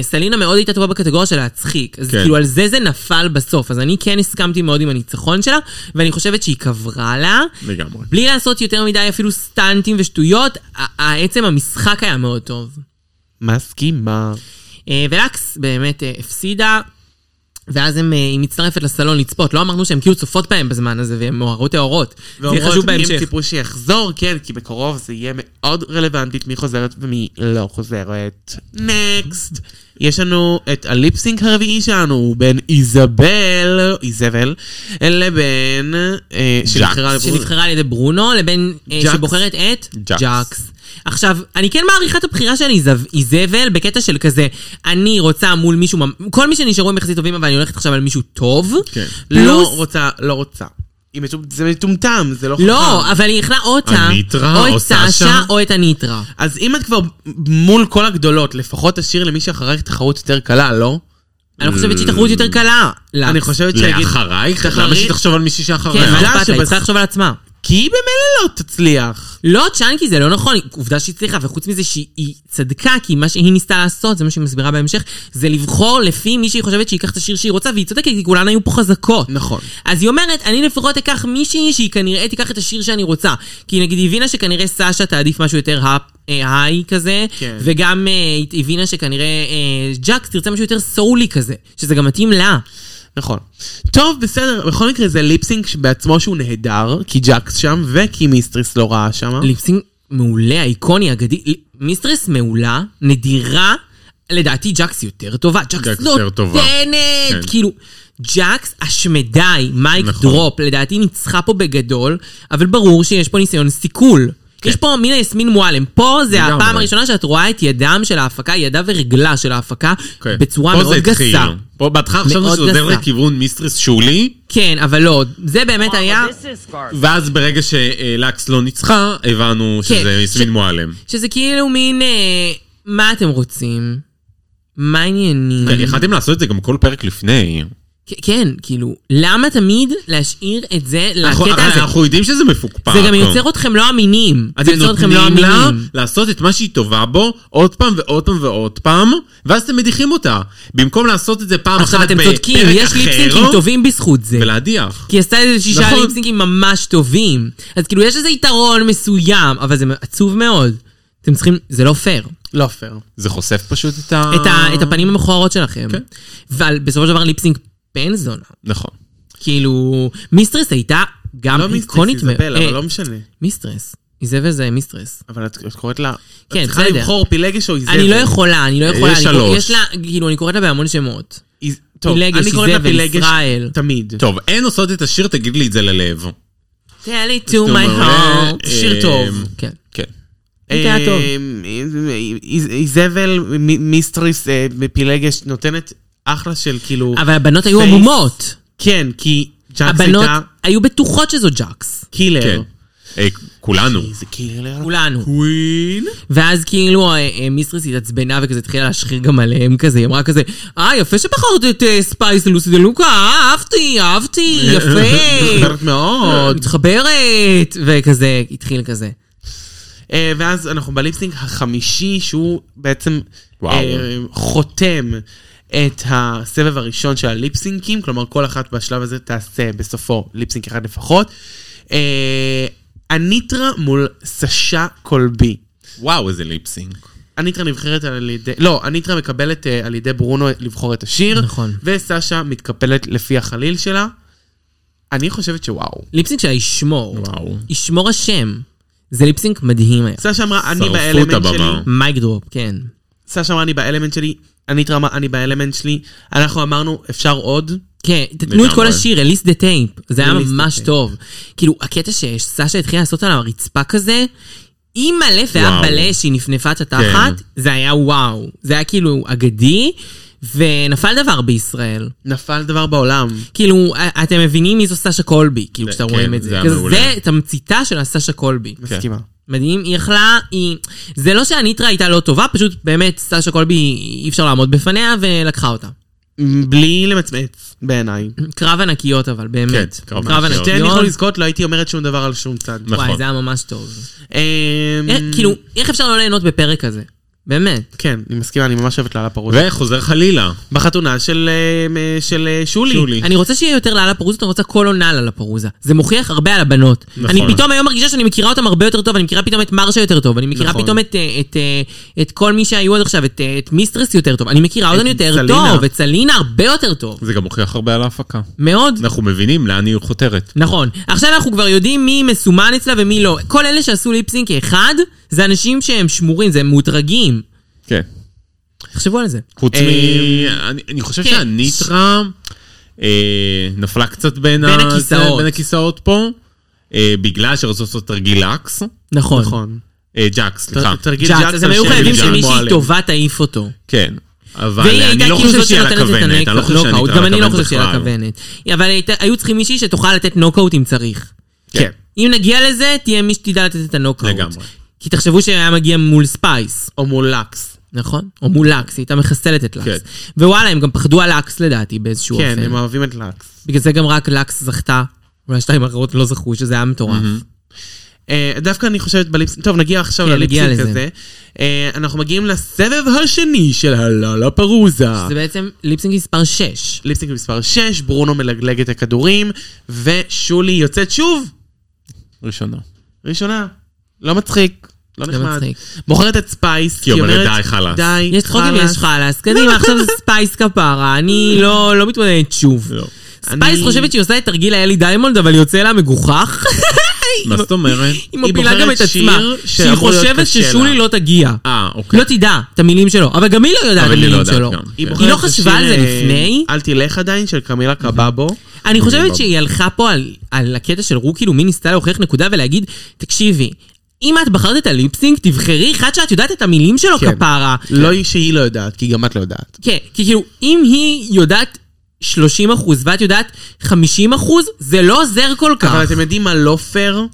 וסלינה מאוד הייתה טובה בקטגוריה של להצחיק. אז כן. כאילו על זה זה נפל בסוף. אז אני כן הסכמתי מאוד עם הניצחון שלה, ואני חושבת שהיא קברה לה. לגמרי. בלי לעשות יותר מדי אפילו סטנטים ושטויות, ה- ה- עצם המשחק היה מאוד טוב. מסכימה. אה, ולקס באמת אה, הפסידה, ואז הם, אה, היא מצטרפת לסלון לצפות. לא אמרנו שהן כאילו צופות בהם בזמן הזה, והן מוארות טהורות. זה יהיה חשוב ואומרות מי הם בהמשך. ציפו שיחזור, כן, כי בקרוב זה יהיה מאוד רלוונטית מי חוזרת ומי לא חוזרת. נקסט. יש לנו את הליפסינק הרביעי שלנו, בין איזבל, איזבל, לבין... אה, שנבחרה ג'קס. לבחור- שנבחרה על ידי ברונו, לבין אה, ג'קס. שבוחרת את ג'קס. ג'קס. עכשיו, אני כן מעריכה את הבחירה של איזב- איזבל בקטע של כזה, אני רוצה מול מישהו, ממ- כל מי שנשארו הם יחסית טובים, אבל אני הולכת עכשיו על מישהו טוב. כן. לא פלוס, רוצה, לא רוצה. היא מטומ- זה מטומטם, זה לא חכם. לא, אבל היא יכלה אותה, הניטרה, או או את סשה, סשה. או את הניטרה. אז אם את כבר מול כל הגדולות, לפחות תשאיר למי שאחרייך תחרות יותר קלה, לא? אני לא חושבת שהיא תחרות יותר קלה. לקס. אני חושבת שיגיד... לאחרייך? תחרי- למה שהיא תחשוב על מישהי כן, מה שאחריה? עובדה אכפת לה? היא שבס- צריכה לחשוב על עצמה. כי היא במילא לא תצליח. לא, צ'אנקי זה לא נכון, עובדה שהיא הצליחה, וחוץ מזה שהיא צדקה, כי מה שהיא ניסתה לעשות, זה מה שהיא מסבירה בהמשך, זה לבחור לפי מי שהיא חושבת שייקח את השיר שהיא רוצה, והיא צודקת, כי כולן היו פה חזקות. נכון. אז היא אומרת, אני לפחות אקח מישהי שהיא כנראה תיקח את השיר שאני רוצה. כי נגיד היא הבינה שכנראה סשה תעדיף משהו יותר הפ- אה, היי כזה, כן. וגם אה, היא הבינה שכנראה אה, ג'קס תרצה משהו יותר סולי כזה, שזה גם מתאים לה. נכון. טוב, בסדר, בכל מקרה זה ליפסינג בעצמו שהוא נהדר, כי ג'קס שם, וכי מיסטריס לא רעה שם. ליפסינג מעולה, איקוני, אגדי, ל- מיסטרס מעולה, נדירה. לדעתי ג'קס היא יותר טובה, ג'קס ג'קס יותר נותנת, טובה. כן. כאילו, ג'קס השמדי, מייק נכון. דרופ, לדעתי ניצחה פה בגדול, אבל ברור שיש פה ניסיון סיכול. יש פה מן היסמין מועלם, פה זה כן. לגמרי. הפעם הראשונה שאת רואה את ידם של ההפקה, ידה ורגלה של ההפקה, כן. בצורה פה זה מאוד התחיל. גסה. פה בהתחלה חשבנו מאוד שזה עובר גסה. לכיוון מיסטרס שולי, כן, אבל לא, זה באמת היה... ואז ברגע שלקס לא ניצחה, הבנו כן, שזה ש- יסמין מועלם. שזה כאילו מין, אה, מה אתם רוצים? מה העניינים? כן, יכלתם לעשות את זה גם כל פרק לפני. כ- כן, כאילו, למה תמיד להשאיר את זה אנחנו- לקטע הזה? אנחנו אה, יודעים שזה מפוקפק. זה גם יוצר אתכם לא אמינים. זה אתם יוצר אתכם נותנים לא לה אמינים. לעשות את מה שהיא טובה בו עוד פעם ועוד פעם ועוד פעם, ואז אתם מדיחים אותה. במקום לעשות את זה פעם אחת עכשיו אתם בפרק צודקים, יש אחר, ליפסינקים טובים בזכות זה. ולהדיח. כי היא עשתה איזה שישה נכון. ליפסינקים ממש טובים. אז כאילו, יש איזה יתרון מסוים, אבל זה עצוב מאוד. אתם צריכים, זה לא פייר. לא פייר. זה חושף פשוט את ה... את, ה, את הפנים המכוערות שלכם. כן. אבל בסופו של דבר ליפסינג בן זונה. נכון. כאילו, מיסטרס הייתה גם לא מיסטרס, איקונית. איזבל, מאוד. אבל אה, לא משנה. מיסטרס. איזבל זה מיסטרס. אבל את את קוראת לה... כן, את צריכה בסדר. לבחור פילגש או איזבל. אני לא יכולה, אני לא יכולה. יש אני קורא- שלוש. יש לה, כאילו, אני קוראת לה בהמון שמות. איז- טוב, פילגש, אני קוראת לה איזבל, פילגש ישראל. תמיד. טוב, הן עושות את השיר, תגיד לי את זה ללב. tell it to טוב, my מעולה. heart. אה, שיר טוב. כן. כן. אוקיי, היה טוב. אמ, איז- איזבל, מ- מיסטריס, אה, פילגש, נותנת אחלה של כאילו... אבל הבנות היו פייס. עמומות. כן, כי ג'אקס הבנות הייתה היו בטוחות שזו ג'קס. קילר. כן. אה, כולנו. איזה קילר. כולנו. קווין. ואז כאילו אה, אה, מיסטרס התעצבנה וכזה התחילה להשחיר גם עליהם כזה, היא אמרה כזה, אה יפה שבחרת את אה, ספייס לוסי דה לוקה, אה, אהבתי, אהבתי, יפה, מתחברת מאוד. מתחברת, וכזה, התחיל כזה. אה, ואז אנחנו בליפסינג החמישי, שהוא בעצם וואו. אה, חותם את הסבב הראשון של הליפסינקים, כלומר כל אחת בשלב הזה תעשה בסופו ליפסינק אחד לפחות. אה, אניטרה מול סשה קולבי. וואו, איזה ליפסינג. אניטרה נבחרת על ידי, לא, אניטרה מקבלת אה, על ידי ברונו לבחור את השיר, נכון. וסשה מתקפלת לפי החליל שלה. אני חושבת שוואו. ליפסינג שלה ישמור, וואו. ישמור השם. זה ליפסינק מדהים היה. סשה אמרה, אני שרפו את באלמנט הבמה. שלי. מייק דרופ, כן. סשה אמרה, אני באלמנט שלי. אניטרה אמרה, אני באלמנט שלי. אנחנו אמרנו, אפשר עוד? כן, תתנו את כל לגמרי. השיר, release the tape, זה היה Release the ממש tape. טוב. כאילו, הקטע שסשה התחילה לעשות על הרצפה כזה, אימא'לה, והיה וואו. כן. בלה שהיא נפנפה את התחת, זה היה וואו. זה היה כאילו אגדי, ונפל דבר בישראל. נפל דבר בעולם. כן. כאילו, א- אתם מבינים מי זו סשה קולבי, כאילו, זה- כשאתם כן, רואים את זה זה. היה כזה, מעולה. כן. זה תמציתה של הסשה קולבי. מסכימה. מדהים, היא יכלה, היא... זה לא שהניטרה הייתה לא טובה, פשוט באמת, סשה קולבי, אי אפשר לעמוד בפניה, ולקחה אותה. בלי למצמץ, בעיניי. קרב ענקיות אבל, באמת. כן, קרב קרב ענקיות. שתיהן יכולו ענקיות. לזכות, לא הייתי אומרת שום דבר על שום צד. נכון. וואי, זה היה ממש טוב. אמ, איך- כאילו, איך אפשר לא ליהנות בפרק כזה? באמת. כן, אני מסכימה, אני ממש אוהבת לאללה פרוז. וחוזר חלילה. בחתונה של אמ, אה, של, אה, שולי. שולי. אני רוצה שיהיה יותר לאללה פרוזה, אני רוצה כל עונה לאללה פרוזה. זה מוכיח הרבה על הבנות. נכון. אני פתאום היום מרגישה שאני מכירה אותם הרבה יותר טוב, אני מכירה פתאום את מרשה יותר טוב, אני מכירה נכון. פתאום את, אה, את, אה, את כל מי שהיו עד עכשיו, את, אה, את מיסטרס יותר טוב, אני מכירה אותן יותר סלינה. טוב, את סלינה הרבה יותר טוב. זה גם מוכיח הרבה על ההפקה. מאוד. אנחנו מבינים לאן היא חותרת. נכון. עכשיו אנחנו כבר יודעים מי מסומן אצלה ומי לא. כל אלה שעשו ליפסינק אחד, זה אנשים שהם שמורים, זה הם מאותרגים. כן. תחשבו על זה. חוץ מ... אני- אני חושב אה, כן. שהניטרה אה, נפלה קצת בין בין ה- הכיסאות. זה- בין הכיסאות פה, אה, בגלל שרצו לעשות תרגיל לקס. נכון. נכון. אה, ג'אק, סליחה. תרגיל ג'אקס, אז הם היו של חייבים ג'אק שמישהי מועלם. טובה תעיף אותו. כן. אבל והיא אני הייתה לא כאילו חושב זאת שהיא על שנותנת את הכוונת. אני לא חושב הנוקאוט. שהניטרה גם על אני לא חושב הכוונת שהיא על בכלל. הכוונת. אבל הייתה- היו צריכים מישהי שתוכל לתת נוקאוט אם צריך. כן. אם נגיע לזה, תהיה מי שתדע לתת את הנוקאוט. לגמרי. כי תחשבו שהיה מגיע מול ספייס, או מול לקס. נכון? או מול לקס, היא הייתה מחסלת את כן. לקס. ווואלה, הם גם פחדו על לקס לדעתי באיזשהו כן, אופן. הם אוהבים את לקס. בגלל זה גם רק לקס זכתה, והשתיים האחרות לא זכו, שזה היה מטורף. אה, דווקא אני חושבת בליפסינג, טוב נגיע עכשיו כן, נגיע לזה. לליפסינג הזה. אה, אנחנו מגיעים לסבב השני של הללה פרוזה. זה בעצם ליפסינג מספר 6. ליפסינג מספר 6, ברונו מלגלג את הכדורים, ושולי יוצאת שוב, ראשונה. ראשונה. לא מצחיק, לא לא נחמד. מצחיק. מוכרת את ספייס, כי היא אומרת, "די, חלאס." די, יש צחוקים חלאס. יש חלאס, קדימה, עכשיו זה ספייס כפרה, אני לא לא מתמודדת שוב. לא. ספייס אני- חושבת שהיא עושה את תרגיל האלי דיימונד, אבל יוצא לה מגוחך. מה זאת אומרת? היא מפילה בוחרת גם את שיר עצמה. שהיא שאמור להיות חושבת קשה ששולי לה. לא תגיע. אה, אוקיי. לא תדע את המילים שלו, אבל גם היא לא יודעת את אבל היא לא המילים יודעת שלו. גם. היא כן. בוחרת היא לא את חשבה על השיר, זה אה, לפני. אוקיי. אל תלך עדיין, של קמילה קבבו. אני חושבת סבבה. שהיא הלכה פה על, על הקטע של רו, כאילו מי ניסתה להוכיח נקודה ולהגיד, תקשיבי, אם את בחרת את הליפסינג, תבחרי אחד שאת יודעת את המילים שלו כן. כפרה. לא היא שהיא לא יודעת, כי גם את לא יודעת. כן, כי כאילו, אם היא יודעת 30 אחוז ואת יודעת 50 אחוז, זה לא עוזר כל כך. אבל אתם יודעים מה לא פייר?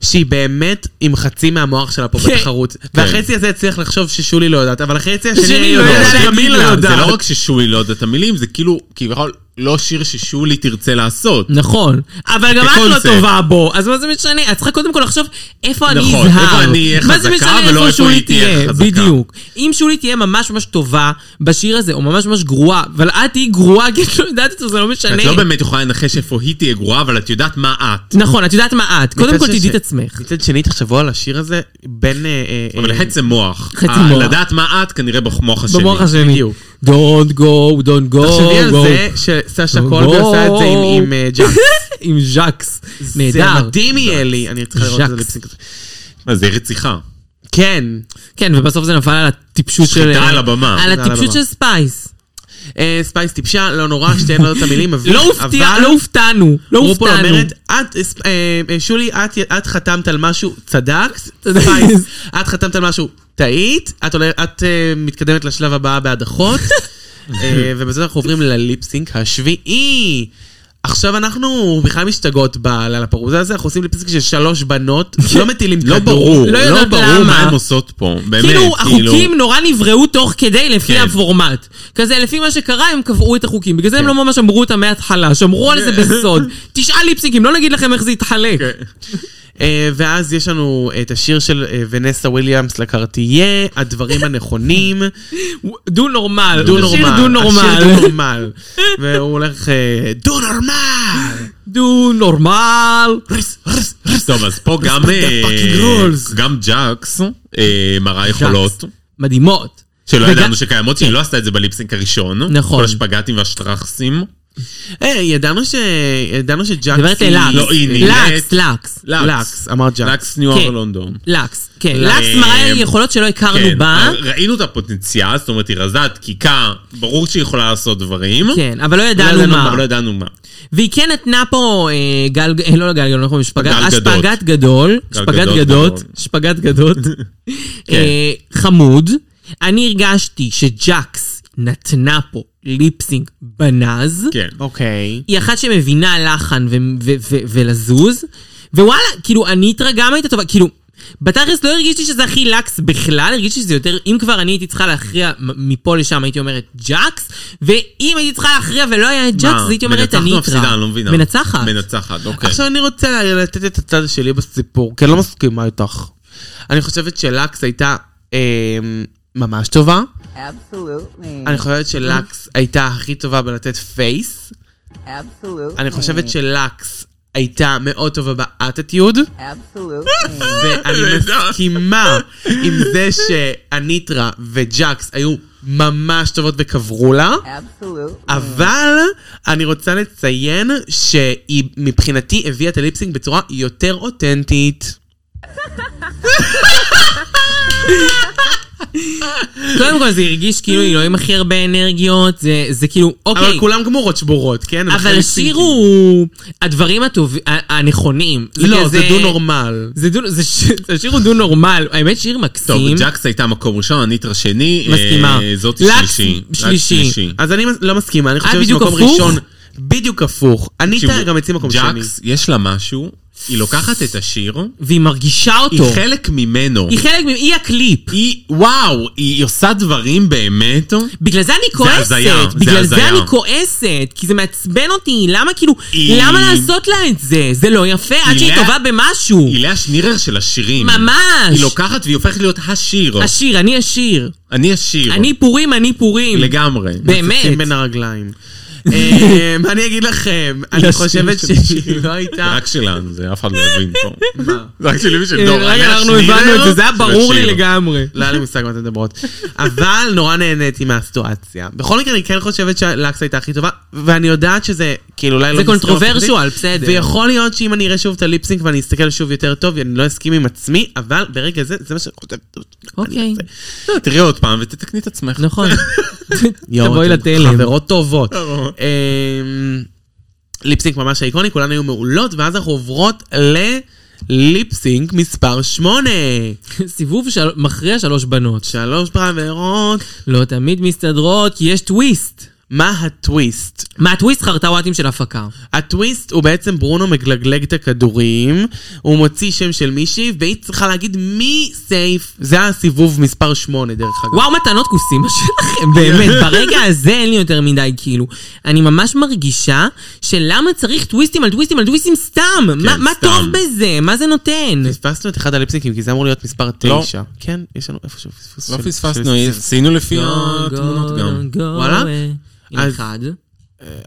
שהיא באמת עם חצי מהמוח שלה פה כן. בתחרות. והחצי הזה הצליח לחשוב ששולי לא יודעת, אבל החצי השני השני היא לא יודעת יודעת שגם להגיד היא לא לה. זה יודעת. לא רק ששולי לא יודעת את המילים, זה כאילו, כביכול, לא שיר ששולי תרצה לעשות. נכון, אבל גם את לא כקונספט. טובה בו, אז מה זה משנה? את צריכה קודם כל לחשוב איפה אני נכון, אזהר. איפה אני אהיה מה זה חזקה משנה ולא איפה שולי היא תהיה חזקה. בדיוק. אם שולי תהיה ממש ממש טובה בשיר הזה, או ממש ממש גרועה, אבל את תהיי גרועה כי את לא יודעת את זה, זה לא משנה. את לא באמת יכולה לנחש איפה היא תהיה גרועה, אבל את יודעת מה את. נכון, את יודעת מה את. קודם מצד כל שש- תדעי את עצמך. מצד שני, תחשבו על השיר הזה בין... אה, אה, אבל אה, חצי מוח. חצי ה- מוח. לדעת מה את כנראה במוח השני. במוח השני. בדיוק. Don't go, don't go, תחשבי על go. זה שסשה Go. קולבי עושה את זה עם- עם אה, ג'אנק. עם ז'קס. זה נהדר. מדהים יהיה לי, אני צריכה לראות את זה ז'קס. בפסיק. מה, זה רציחה. כן. כן, ובסוף זה נפל על הטיפשות של... שחיטה על הבמה. על שחיטה על הטיפשות הבמה. של ספייס. אה, ספייס טיפשה, לא נורא, שתיהן לא יודעות את המילים, אבל... לא הופתע- אבל לא הופתענו, לא רופול הופתענו. אומרת, "את, אה, ספ- אה, אה, שולי, את- את חתמת על משהו, צדקת, צדקת. ספייס, את חתמת על משהו, טעית, את עולה- את אה, מתקדמת לשלב הבא בהדחות, אה, ובזה אנחנו עוברים לליפסינק השביעי. עכשיו אנחנו בכלל משתגעות בלפרוזה הזה, אנחנו עושים ליפסינק של שלוש בנות, לא מטילים כדור. לא ברור, לא לא יודעת ברור למה. מה הן עושות פה. באמת, כאילו, החוקים כאילו, נורא נבראו תוך כדי לפי כן. הפורמט. כזה, לפי מה שקרה, הם קבעו את החוקים. בגלל זה כן. הם לא ממש אמרו אותם מההתחלה, שמרו על זה בסוד. תשעה ליפסיקים, לא נגיד לכם איך זה יתחלק. כן. אה, ואז יש לנו את השיר של אה, ונסה וויליאמס לקרטייה, הדברים הנכונים. דו נורמל, דו שיר נורמל. דו נורמל. השיר דו נורמל. והוא הולך, אה, דו נורמל! דו נורמל. רס, רס, רס. טוב, אז פה גם... אה, fucking rules. גם ג'קס אה, מראה יכולות. מדהימות. שלא וגם- כן. ידענו שקיימות, שהיא לא עשתה את זה בליפסינק הראשון. נכון. כל השפגטים והשטרחסים. אה, ידענו ש... ידענו לא, שג'אקס... מדברת היא- ללקס. לא, היא נראית- לקס, לקס. לקס, אמר ג'אקס. לקס ניו אור כן. לונדון. לקס, כן. לקס אה, מראה יכולות שלא הכרנו כן, בה. ראינו את הפוטנציאל, זאת אומרת, היא רזה, דקיקה, ברור שהיא יכולה לעשות דברים. כן, אבל לא לא ידענו מה. אבל לא ידענו מה. והיא כן נתנה פה אה, גל, אה, לא גל גדול, נכון, שפגט, גל גדות. אשפגת גדול, גל שפגט גדות, גדות, נכון. כן. שפגט גדות, אה, חמוד. אני הרגשתי שג'קס נתנה פה ליפסינג בנז. כן. אוקיי. היא אחת שמבינה לחן ו- ו- ו- ולזוז, ווואלה, כאילו, אני התרגמתי את הטובה, כאילו, בתכלס לא הרגישתי שזה הכי לקס בכלל, הרגישתי שזה יותר, אם כבר אני הייתי צריכה להכריע מ- מפה לשם, הייתי אומרת ג'קס, ואם הייתי צריכה להכריע ולא היה ג'קס, מה, אז הייתי אה, אומרת מנצחת או אני מפסידה? אה, אני לא מבינה. מנצחת. מנצחת, כן. אוקיי. עכשיו אני רוצה לתת את הצד שלי בסיפור, כי אני לא מסכימה איתך. אני חושבת שלקס הייתה אה, ממש טובה. Absolutely. אני חושבת שלקס הייתה הכי טובה בלתת פייס. Absolutely. אני Mm. חושבת שלקס הייתה מאוד טובה באטיטיוד. Absolutely. ואני מסכימה עם זה שאניטרה וג'קס היו ממש טובות וקברו לה. Absolutely. אבל אני רוצה לציין שהיא מבחינתי הביאה את הליפסינג בצורה יותר אותנטית. קודם כל זה הרגיש כאילו היא לא עם הכי הרבה אנרגיות, זה- זה כאילו, אבל אוקיי. כולם גמורות שבורות, כן? הם אחרי אבל השיר ליפסינגים. הוא הדברים הטובים, ה- הנכונים. לא, כזה- זה דו נורמל. זה דו, זה ש- השיר הוא דו נורמל, האמת שיר מקסים. טוב, ג'קס הייתה מקום ראשון, הניטרה שני. מסכימה. אה, זאתי לקס שלישי. לקס שלישי. אז אני מס- לא מסכימה, אני חושבת בדיוק שמקום הפוך? ראשון... בדיוק הפוך. אניטה תקשיבו, גם יצאי מקום שני. ג'קס, יש לה משהו, היא לוקחת את השיר, והיא מרגישה היא אותו. חלק ממנו. היא חלק מ... היא הקליפ. היא, וואו, היא עושה דברים באמת. בגלל זה אני כועסת. הזיה, זה בגלל זה הזיה. אני כועסת. כי זה מעצבן אותי. למה כאילו... היא- למה לעשות לה את זה? זה לא יפה. עד היא שהיא לאה- טובה במשהו. היא לאה שנירר של השירים. ממש. היא לא לוקחת והיא הופכת להיות השיר. השיר, אני השיר. אני השיר. אני פורים, אני פורים. לא. לגמרי. שים באמת. כן, בין הרגליים. אה, מה אני אגיד לכם? אני חושבת שהיא לא זה הייתה... רק שלנו, זה אף אחד לא הבין פה. זה רק שלי ושל דור. אה, רגע, לא, אני לא? אנחנו השנירר הבנו את זה, זה היה של ברור לי השיר. לגמרי. לא היה לי מושג מה אתן מדברות. אבל נורא נהניתי מהסיטואציה. בכל מקרה, אני כן חושבת שלקס הייתה הכי טובה, ואני יודעת שזה, כאילו, אולי לא... זה מסתכל קונטרוברשואל, אופטימית, בסדר. ויכול להיות שאם אני אראה שוב את הליפסינק ואני אסתכל שוב יותר טוב, אני לא אסכים עם עצמי, אבל ברגע זה, זה מה שאני חושבת. אוקיי. לא, תראי עוד פעם ותתקני את עצמך. נכון. יואו, תבואי אתן לתלם. חברות טובות. אה, אמ, ליפסינק ממש איקוני, כולן היו מעולות, ואז אנחנו עוברות לליפסינק מספר 8. סיבוב של- מכריע שלוש בנות. שלוש פרמרות. לא תמיד מסתדרות, כי יש טוויסט. מה הטוויסט? מהטוויסט חרטאוואטים של הפקה. הטוויסט הוא בעצם ברונו מגלגלג את הכדורים, הוא מוציא שם של מישהי, והיא צריכה להגיד מי סייף. זה הסיבוב מספר 8 דרך אגב. וואו, מתנות כוסימה שלכם, באמת. ברגע הזה אין לי יותר מדי, כאילו. אני ממש מרגישה שלמה צריך טוויסטים על טוויסטים על טוויסטים כן, סתם? מה- מה סתם. טוב בזה? מה זה נותן? פספסנו את אחד הליפסיקים, כי זה אמור להיות מספר 9. לא. כן, יש לנו איפשהו פספוס. לא של- פספסנו, של- עשינו לפי Go, התמונות גם. go וואלה? away. הנה אז- אחד.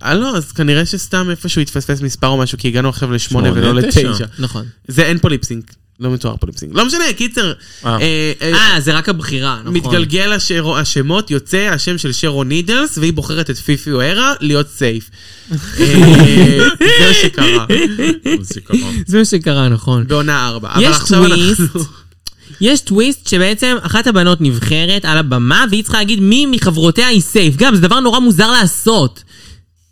אה, לא, אז כנראה שסתם איפשהו התפספס מספר או משהו, כי הגענו עכשיו לשמונה שמונה, ולא תשע. לתשע. נכון. זה אין פה ליפסינק, לא מתואר פה ליפסינק. לא משנה, קיצר. אה. אה, אה, אה, זה רק הבחירה, נכון. מתגלגל השר... השמות, יוצא השם של שרון נידלס, והיא בוחרת את פיפי אוהרה להיות סייף. אה, זה שקרה, זה ככה. זה מה שקרה, נכון. בעונה ארבע. אבל יש עכשיו טוויסט, אנחנו- יש טוויסט שבעצם אחת הבנות נבחרת על הבמה והיא צריכה להגיד מי מחברותיה היא סייף. גם, זה דבר נורא מוזר לעשות.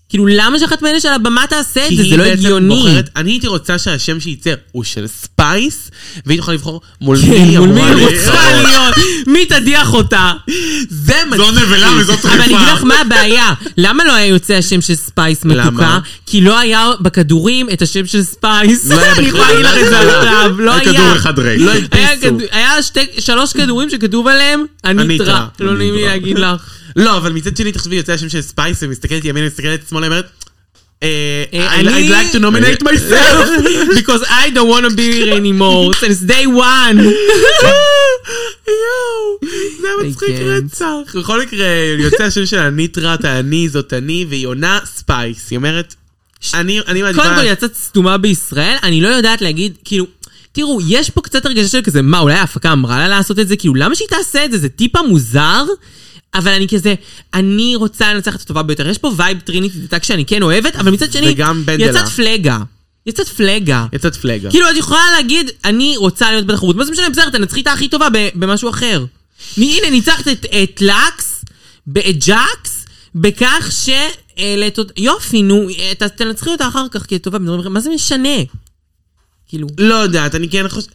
כאילו, למה שאחת מאלה של הבמה תעשה את כי זה? זה היא לא בעצם הגיוני. בוחרת- אני הייתי רוצה שהשם שייצא הוא של ספייס, והיא תוכל לבחור מול מי כן, היא מול מי אמורה היא להיות. רוצה להיות? מי תדיח אותה? זה זו מצחיק. נבלה וזו אבל אני אגיד טריפה. לך מה הבעיה. למה לא היה יוצא השם של ספייס מתוקה? למה? כי לא היה בכדורים את השם של ספייס. לא היה אני בכלל, יכולה להגיד לך את זה לא היה. עכשיו, לא היה היה. כדור אחד ריק. לא היה הדפיסו. כדו- היה שתי- שלוש כדורים שכתוב עליהם, אני אני טרה. טרה. לא אני נעים לי טרה. להגיד לך. לא, אבל מצד שני, תחשבי, יוצא השם של ספייס, ומסתכלת ימינה, מסתכלת שמאלה, אומרת, "אה, אה, I'd אני- I'd like to nominate myself. Because I don't want to be here anymore since day one. יואו, זה היה מצחיק כן. רצח. בכל מקרה, יוצא השם של הניטרת, האני זאת אני, והיא עונה ספייס. היא אומרת, אני אני מעדיפה... קודם כל יצאת סתומה בישראל, אני לא יודעת להגיד, כאילו... תראו, יש פה קצת הרגשה של כזה, מה, אולי ההפקה אמרה לה לעשות את זה? כאילו, למה שהיא תעשה את זה? זה טיפה מוזר, אבל אני כזה, אני רוצה לנצח את הטובה ביותר. יש פה וייב טריניטי דתק שאני כן אוהבת, אבל מצד שני, וגם בנדלה. יצאת פלגה. יצאת פלגה. יצאת פלגה. כאילו, את יכולה להגיד, אני רוצה להיות בתחרות. מה זה משנה, בסדר, תנצחי את הכי טובה ב- במשהו אחר. נ- הנה, ניצחת את, את לקס, ב- את ג'קס, בכך ש... העלית אות- יופי, נו, אה, ת- תנצחי אותה אחר כך, כי את טובה בדברים אחרים. מה זה משנה? כאילו... לא יודעת, אני כן חושבת...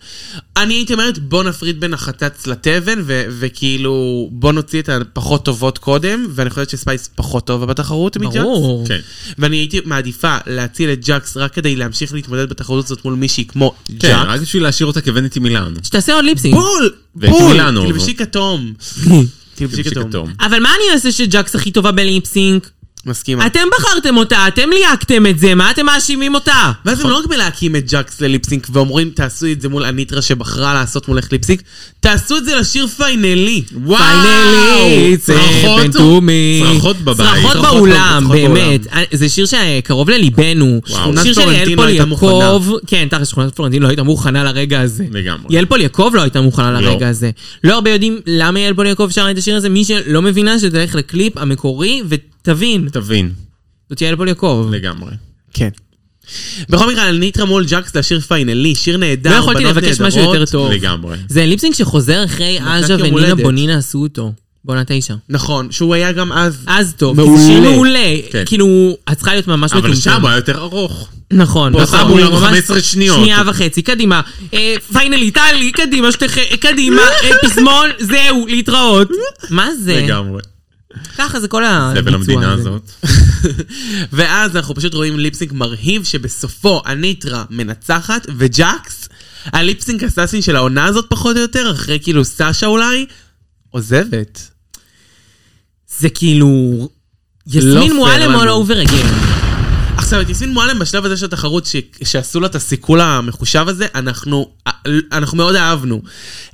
אני הייתי אומרת, בוא נפריד בין החטץ לתבן, ו- וכאילו, בוא נוציא את הפחות טובות קודם, ואני חושבת שספייס פחות טובה בתחרות מג'אקס. ברור. כן. ואני הייתי מעדיפה להציל את ג'קס רק כדי להמשיך להתמודד בתחרות הזאת מול מישהי כמו כן, ג'קס. רק בשביל להשאיר אותה כבנטי מילאן. שתעשה עוד ליפסינג. בול! ואת בול! מילאנו. תלבשי כתום. תלבשי תמשיך כתום. כתום. אבל מה אני אעשה שג'קס הכי טובה בליפסינג? מסכימה. אתם בחרתם אותה, אתם ליהקתם את זה, מה אתם מאשימים אותה? ואז הם לא רק מלהקים את ג'קס לליפסינק ואומרים, תעשו את זה מול הניטרה שבחרה לעשות מולך ליפסינק, תעשו את זה לשיר פיינלי. וואו! פיינלי, it's צרחות- happened to me. צרחות בבית. צרחות צרחות באולם, צרחות באמת. אה, זה שיר שקרוב לליבנו. וואו. שיר שכונת של יעל פלורנטין לא פול הייתה יעקב. כן, תכל'ס, שכונת פלורנטין לא הייתה מוכנה לרגע הזה. לגמרי. יעל פול יעקב לא הייתה מוכנה לא. לרגע הזה. לא הרבה יודעים למה יעל פול יעקב שרה את השיר הזה. מי שלא מבינה, שתלך לקליפ המקורי ותבין. תבין, זאת יעל פול יעקב. לגמרי. כן. בכל מקרה, על ניטרה מול ג'קס זה השיר פיינלי, שיר נהדר, לא יכולתי בנות לבקש משהו נהדרות. יותר טוב. לגמרי. זה ליפסינג שחוזר אחרי עז'ה יום ונינה הולדת. בונינה עשו אותו. בעונה תשע. נכון, שהוא היה גם אז... אז טוב. מעולה. שיר מעולה. כן. כאילו, את צריכה להיות ממש אבל מטומטמת. שם היה יותר ארוך. נכון, פה נכון. שמו לנו ממש 15 שניות. שנייה וחצי, קדימה. אה, פיינלי, טלי, קדימה, שתיכם, קדימה, אה, פזמון, זהו, להתראות. מה זה? לגמרי. ככה זה כל הביצוע הזה. לבל המדינה הזאת. ואז אנחנו פשוט רואים ליפסינק מרהיב שבסופו הניטרה מנצחת וג'קס, הליפסינק הסאסין של העונה הזאת פחות או יותר, אחרי כאילו סאשה אולי, עוזבת. זה כאילו... יסמין פייר מועלם all לנו. over again. עכשיו, את יסמין מועלם בשלב הזה של התחרות, ש... שעשו לה את הסיכול המחושב הזה, אנחנו, אנחנו מאוד אהבנו.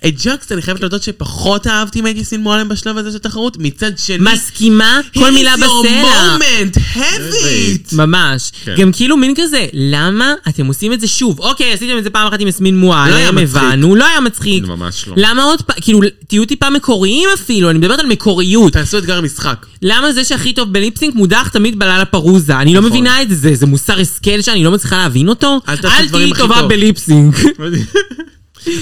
את ג'קס, אני חייבת להודות שפחות אהבתי מאת יסמין מועלם בשלב הזה של התחרות, מצד שני... מסכימה? כל מילה בסלע. It's your moment, have it! ממש. כן. גם כאילו מין כזה, למה אתם עושים את זה שוב? אוקיי, עשיתם את זה פעם אחת עם יסמין לא היה מועלם, מצחיק. הבנו, לא היה מצחיק. ממש לא. למה עוד פעם? כאילו, תהיו טיפה מקוריים אפילו, אני מדברת על מקוריות. תעשו אתגר משחק. למה זה שהכי טוב בליפסינק מודח תמיד בלילה פרוזה? אני לא מבינה את זה, זה מוסר השכל שאני לא מצליחה להבין אותו? נכון. אל תעשי אל דברים תהיי הכי טובה טוב. בליפסינק.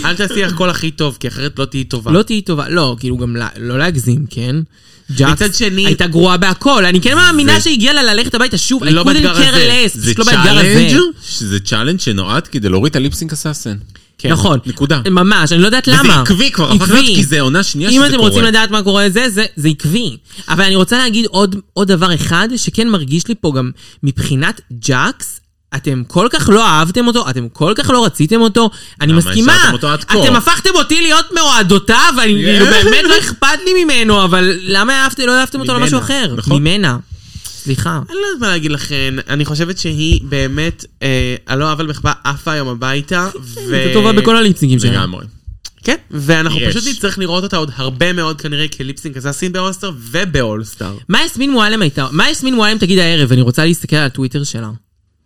אל תעשי הכל הכי טוב, כי אחרת לא תהיי טובה. לא תהיי טובה, לא, כאילו גם לא- לא להגזים, כן? ג'קס מצד שני- הייתה גרועה בהכל, אני כן מאמינה שהגיעה לה ללכת הביתה שוב, I לא couldn't באתגר care הזה. less, זה פשוט לא באתגר הזה. צ'אלנג' זה צ'אלנג' שנועד כדי להוריד את הליפסינק אסאסן. כן, נכון. נקודה. ממש, אני לא יודעת למה. וזה עקבי כבר, לא הפך להיות כי זה עונה שנייה שזה אם קורה. אתם רוצים לדעת מה קורה לזה, זה, זה עקבי. אבל אני רוצה להגיד עוד, עוד דבר אחד, שכן מרגיש לי פה גם מבחינת ג'אקס. אתם כל כך לא אהבתם אותו, אתם כל כך לא רציתם אותו, אני למה מסכימה. השארתם אותו עד כה? כן. אתם הפכתם אותי להיות מאוהדותיו, אני כאילו, באמת לא אכפת לי ממנו, אבל למה אהבת- לא אהבתם אותו ממנה, למשהו אחר? נכון. ממנה. סליחה. אני לא יודעת מה להגיד לכן, אני חושבת שהיא באמת, אה, על לא עוול בכפה, עפה היום הביתה. ו... היא טובה בכל הליפסינגים שלה. לגמרי. כן, ואנחנו יש. פשוט נצטרך לראות אותה עוד הרבה מאוד כנראה כליפסינג אסאסין באולסטאר ובאולסטאר. מה יסמין מועלם הייתה? מה יסמין מועלם תגיד הערב? אני רוצה להסתכל על הטוויטר שלה.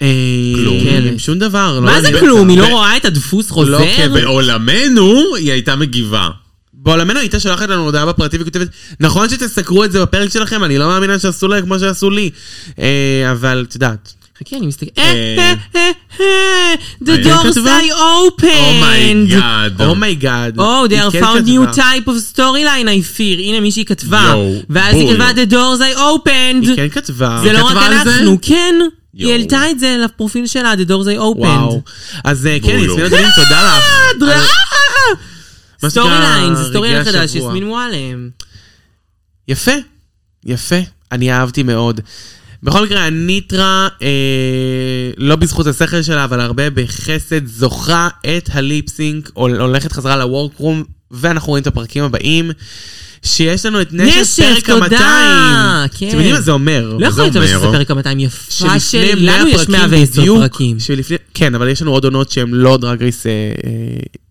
אה, כלום. כן, שום דבר. לא מה זה אני- כלום? היא לא ב- רואה את הדפוס חוזר? כן, בעולמנו היא הייתה מגיבה. בעולמנו הייתה שולחת לנו הודעה בפרטי וכותבת, נכון שתסקרו את זה בפרק שלכם, אני לא מאמינה שעשו לה כמו שעשו לי. אה, אבל את יודעת. חכי, אני מסתכל. אה, אה, אה, אה, The מה היא doors כתבה? I Oh אה, opened. אומייגאד. oh אומייגאד. Oh, they are כן found new type of storyline I fear. הנה מי שהיא כתבה. יואו, ואז היא בול. כתבה The doors I היא opened. כן כתבה. זה לא רק כתבה על זה? אנחנו, כן. היא יואו. העלתה את זה לפרופיל שלה, The doors I וואו. opened. אז אה, כן, בולו. יסמין הדברים, תודה לך. על- מה שנקרא, סטורי ליין, זה סטורי ליין רגעי חדש, השבוע. יסמין מועלם. יפה, יפה. אני אהבתי מאוד. בכל מקרה, הניטרה, אה, לא בזכות השכל שלה, אבל הרבה בחסד, זוכה את הליפסינק, הול- הולכת חזרה לוורקרום, ואנחנו רואים את הפרקים הבאים, שיש לנו את נשף, נשף, פרק תודה, ה-200. כן. אתם יודעים מה זה אומר? לא יכול להיות אבל אומר, שזה או? פרק 200 יפה שלפני שלי, 100 לנו יש פרקים 110 בדיוק, פרקים. שלפני, כן, אבל יש לנו עוד עונות שהן לא דרג רייס אה, אה,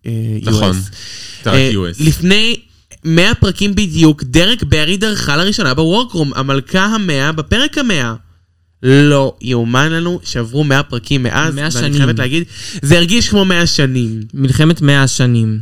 אה, US. נכון. רק אה, US. לפני 100 פרקים בדיוק, דרק ברי דרכה לראשונה בוורקרום, המלכה המאה בפרק המאה. לא יאומן לנו שעברו 100 פרקים מאז, 100 ואני שנים. חייבת להגיד, זה הרגיש כמו 100 שנים. מלחמת 100 השנים.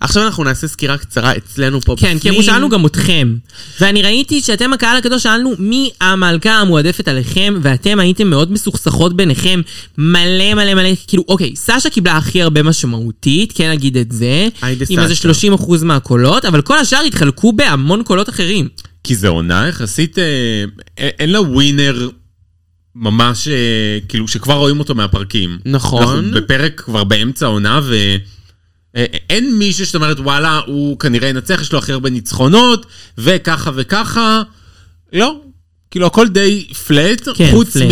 עכשיו אנחנו נעשה סקירה קצרה אצלנו פה כן, כי אנחנו שאלנו גם אתכם. ואני ראיתי שאתם הקהל הקדוש, שאלנו מי המלכה המועדפת עליכם, ואתם הייתם מאוד מסוכסכות ביניכם, מלא מלא מלא, כאילו, אוקיי, סשה קיבלה הכי הרבה משמעותית, כן נגיד את זה, היידה עם איזה סשה. 30% מהקולות, אבל כל השאר התחלקו בהמון קולות אחרים. כי זו עונה יחסית, אה, אין אין לה ווינר ממש, אה, כאילו, שכבר רואים אותו מהפרקים. נכון. אנחנו בפרק כבר באמצע העונה, ו... אה, אין מישהו שאת אומרת, וואלה, הוא כנראה ינצח, יש לו הכי הרבה ניצחונות, וככה וככה. לא. כאילו, הכל די פלט, כן, חוץ flat. מ...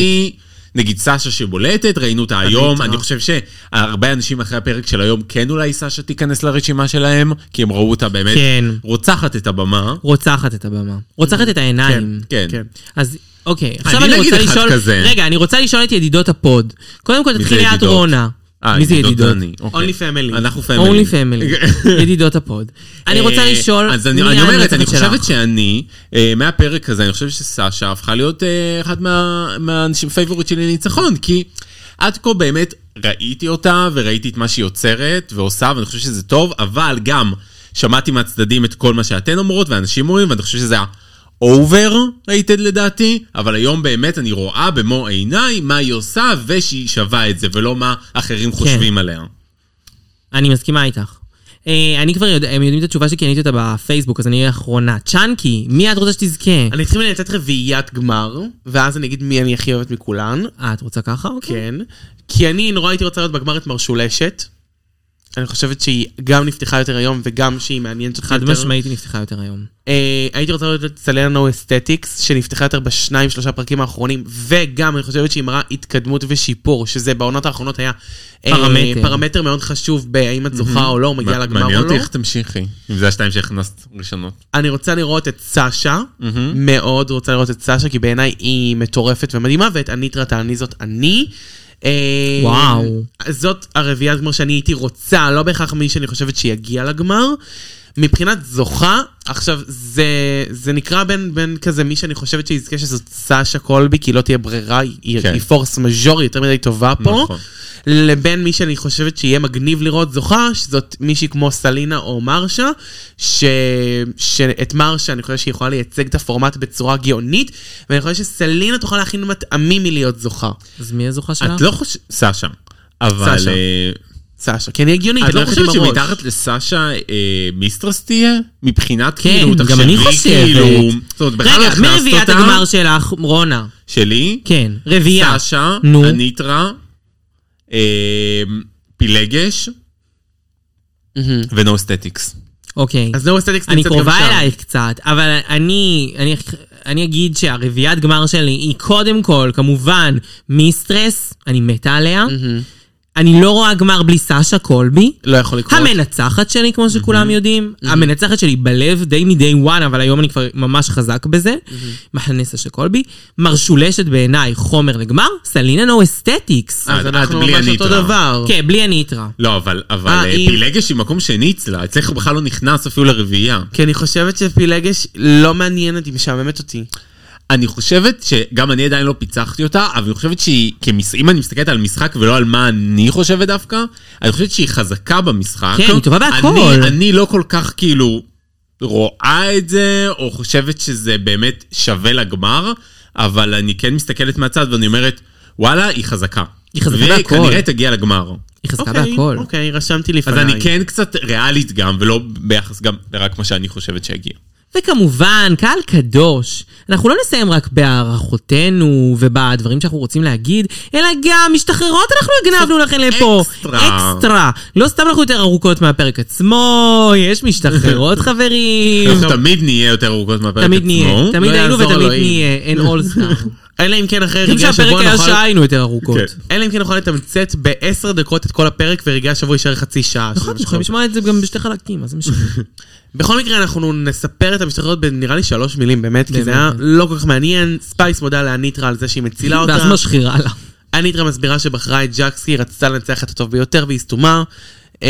נגיד סשה שבולטת, ראינו אותה היום, איתה. אני חושב שהרבה אנשים אחרי הפרק של היום, כן אולי סשה תיכנס לרשימה שלהם, כי הם ראו אותה באמת כן. רוצחת את הבמה. רוצחת את הבמה. רוצחת את העיניים. כן. כן. אז אוקיי, עכשיו אני אני אגיד רוצה אחד לשאול... כזה. רגע, אני רוצה לשאול את ידידות הפוד. קודם כל, זה תתחילי את ידידות? רונה. אה, מי זה ידידות? דני, אוקיי. Only family. אנחנו פמילי. אורלי פמילי. ידידות הפוד. אני רוצה לשאול... אה, אז אני מי אני אומרת, ההמלצה אני שלך? חושבת שאני, אה, מהפרק הזה, אני חושבת שסשה הפכה להיות אה, אחת מה- מהאנשים פייבוריט שלי לניצחון, כי עד כה באמת ראיתי אותה וראיתי את מה שהיא יוצרת ועושה, ואני חושב שזה טוב, אבל גם שמעתי מהצדדים את כל מה שאתן אומרות ואנשים אומרים, ואני חושב שזה היה... אובר רייטד לדעתי, אבל היום באמת אני רואה במו עיניי מה היא עושה ושהיא שווה את זה, ולא מה כן. אחרים חושבים עליה. אני מסכימה איתך. אה, אני כבר יודע, הם יודעים את התשובה שלי כי אני הייתי אותה בפייסבוק, אז אני אהיה האחרונה. צ'אנקי, מי את רוצה שתזכה? אני אתחיל מלתת רביעיית גמר, ואז אני אגיד מי אני הכי אוהבת מכולן. אה, את רוצה ככה? אוקיי. כן, כי אני נורא הייתי רוצה להיות בגמר את מרשולשת. אני חושבת שהיא גם נפתחה יותר היום וגם שהיא מעניינת כן. אותי חד יותר. משמעית היא נפתחה יותר היום. אה, הייתי רוצה להיות את סלרנו אסתטיקס, שנפתחה יותר בשניים שלושה פרקים האחרונים, וגם אני חושבת שהיא מראה התקדמות ושיפור, שזה בעונות האחרונות היה אה, פרמטר. פרמטר מאוד חשוב בהאם את זוכה או לא, או מגיעה לגמר או מעניין לא. אותי איך תמשיכי, אם זה השתיים שהכנסת ראשונות. אני רוצה לראות את סשה, מהמם. Mm-hmm. מאוד רוצה לראות את סשה, כי בעיניי היא מטורפת ומדהימה, ואת אניטרה תעני זאת אני. אה, וואו. זאת הרביעיית גמר שאני הייתי רוצה, לא בהכרח מי שאני חושבת שיגיע לגמר. מבחינת זוכה, עכשיו, זה, זה נקרא בין, בין כזה מי שאני חושבת שיזכה שזאת סשה קולבי, כי לא תהיה ברירה, היא, כן. היא פורס מז'ור, היא יותר מדי טובה פה. נכון. לבין מי שאני חושבת שיהיה מגניב לראות זוכה, שזאת מישהי כמו סלינה או מרשה, ש... שאת מרשה אני חושבת שהיא יכולה לייצג את הפורמט בצורה גאונית, ואני חושבת שסלינה תוכל להכין מטעמים מלהיות זוכה. אז מי הזוכה שלך? את לא חושבת... סשה. אבל... סשה. אה, סשה, כי אני הגיונית, את לא הולכת חושבת עם הראש. שמתחת לסשה אה, מיסטרס תהיה? מבחינת כן, כאילו, גם תחשבי, אני חושבת. כאילו... זאת אומרת, בכלל לא רגע, מי הכנסת רביעיית אותה. הגמר שלך? רונה. שלי? כן, רביעייה. סשה, נו. אניטרה, אה, פילגש, ו-No Statics. אוקיי. אז נו אסתטיקס אני נמצאת גם קרובה שם. אלייך קצת, אבל אני, אני, אני אגיד שהרביעיית גמר שלי היא קודם כל, כמובן, מיסטרס, אני מתה עליה. אני לא רואה גמר בלי סשה קולבי. Mm-hmm. לא יכול לקרות. המנצחת שלי, כמו שכולם יודעים, המנצחת שלי בלב די מ-day one, אבל היום אני כבר ממש חזק בזה, מחנה סשה קולבי, מרשולשת בעיניי חומר לגמר, סלינה נו אסתטיקס. אה, אז עד- אנחנו עד בלי ממש אותו הניטרה. דבר. כן, בלי אני אתרע. לא, אבל, אבל אה, אה, אם- פילגש היא מקום שני אצלה, אצלך הוא בכלל לא נכנס אפילו לרביעייה. כי אני חושבת שפילגש לא מעניינת, היא משעממת אותי. אני חושבת שגם אני עדיין לא פיצחתי אותה, אבל אני חושבת שהיא, כמס... אם אני מסתכלת על משחק ולא על מה אני חושבת דווקא, אני חושבת שהיא חזקה במשחק. כן, היא טובה בהכל. אני, אני לא כל כך כאילו רואה את זה, או חושבת שזה באמת שווה לגמר, אבל אני כן מסתכלת מהצד ואני אומרת, וואלה, היא חזקה. היא חזקה והיא בהכל. כנראה תגיע לגמר. היא חזקה אוקיי, בהכל. אוקיי, רשמתי לפניי. אז אני כן קצת ריאלית גם, ולא ביחס גם לרק מה שאני חושבת שיגיע. וכמובן, קהל קדוש, אנחנו לא נסיים רק בהערכותינו ובדברים שאנחנו רוצים להגיד, אלא גם משתחררות אנחנו הגנבנו לכם לפה. אקסטרה. אקסטרה. לא סתם אנחנו יותר ארוכות מהפרק עצמו, יש משתחררות חברים. אנחנו תמיד נהיה יותר ארוכות מהפרק עצמו. לא- תמיד נהיה, תמיד לא היינו יעזור ותמיד אלוהים. נהיה, אין אולסטאר. אלא אם כן אחרי אם רגעי שהפרק השבוע היה נוכל... שעה היינו יותר ארוכות. נכון, כן. אלא אם כן נוכל לתמצת בעשר דקות את כל הפרק ורגעי השבוע יישאר חצי שעה. שזה נכון, אנחנו מה יכולים שקורה. לשמוע את זה גם בשתי חלקים, אז זה משנה. בכל מקרה אנחנו נספר את המשתחררות בנראה לי שלוש מילים באמת, כי זה באמת. היה לא כל כך מעניין. ספייס מודה לאניטרה על זה שהיא מצילה אותה. ואז משחירה לה. אניטרה מסבירה שבחרה את ג'קסקי, רצתה לנצח את הטוב ביותר והיא סתומה. אה,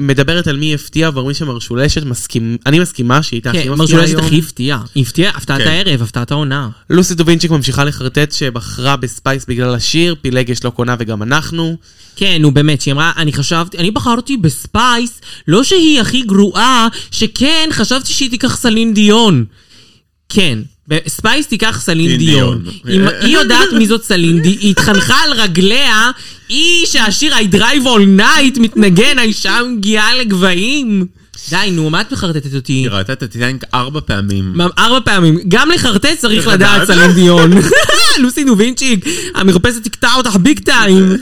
מדברת על מי הפתיע ועל מי שמרשולשת, מסכים, אני מסכימה שהיא הייתה הכי כן, מפתיעה מרשולשת היום. הכי הפתיעה. היא הפתיעה, הפתעת כן. הערב, הפתעת העונה. לוסי דובינצ'יק ממשיכה לחרטט שבחרה בספייס בגלל השיר, פילגש לא קונה וגם אנחנו. כן, נו באמת, שהיא אמרה, אני חשבתי, אני בחרתי בספייס, לא שהיא הכי גרועה, שכן, חשבתי שהיא תיקח סלין דיון. כן, ב- ספייס תיקח סלין סלין דיון. דיון. אם- היא יודעת מי זאת סלין דיון, היא התחנכה על רגליה, היא שהשיר I Drive All Night מתנגן, האישה מגיעה לגבהים. די, נו, מה את מחרטטת אותי? היא ראתה את הטיטניק ארבע פעמים. מה- ארבע פעמים, גם לחרטט צריך צריך לדעת לדעת. סלין דיון. לוסי נובינצ'יק, המרפסת תקטע אותך ביג טיים.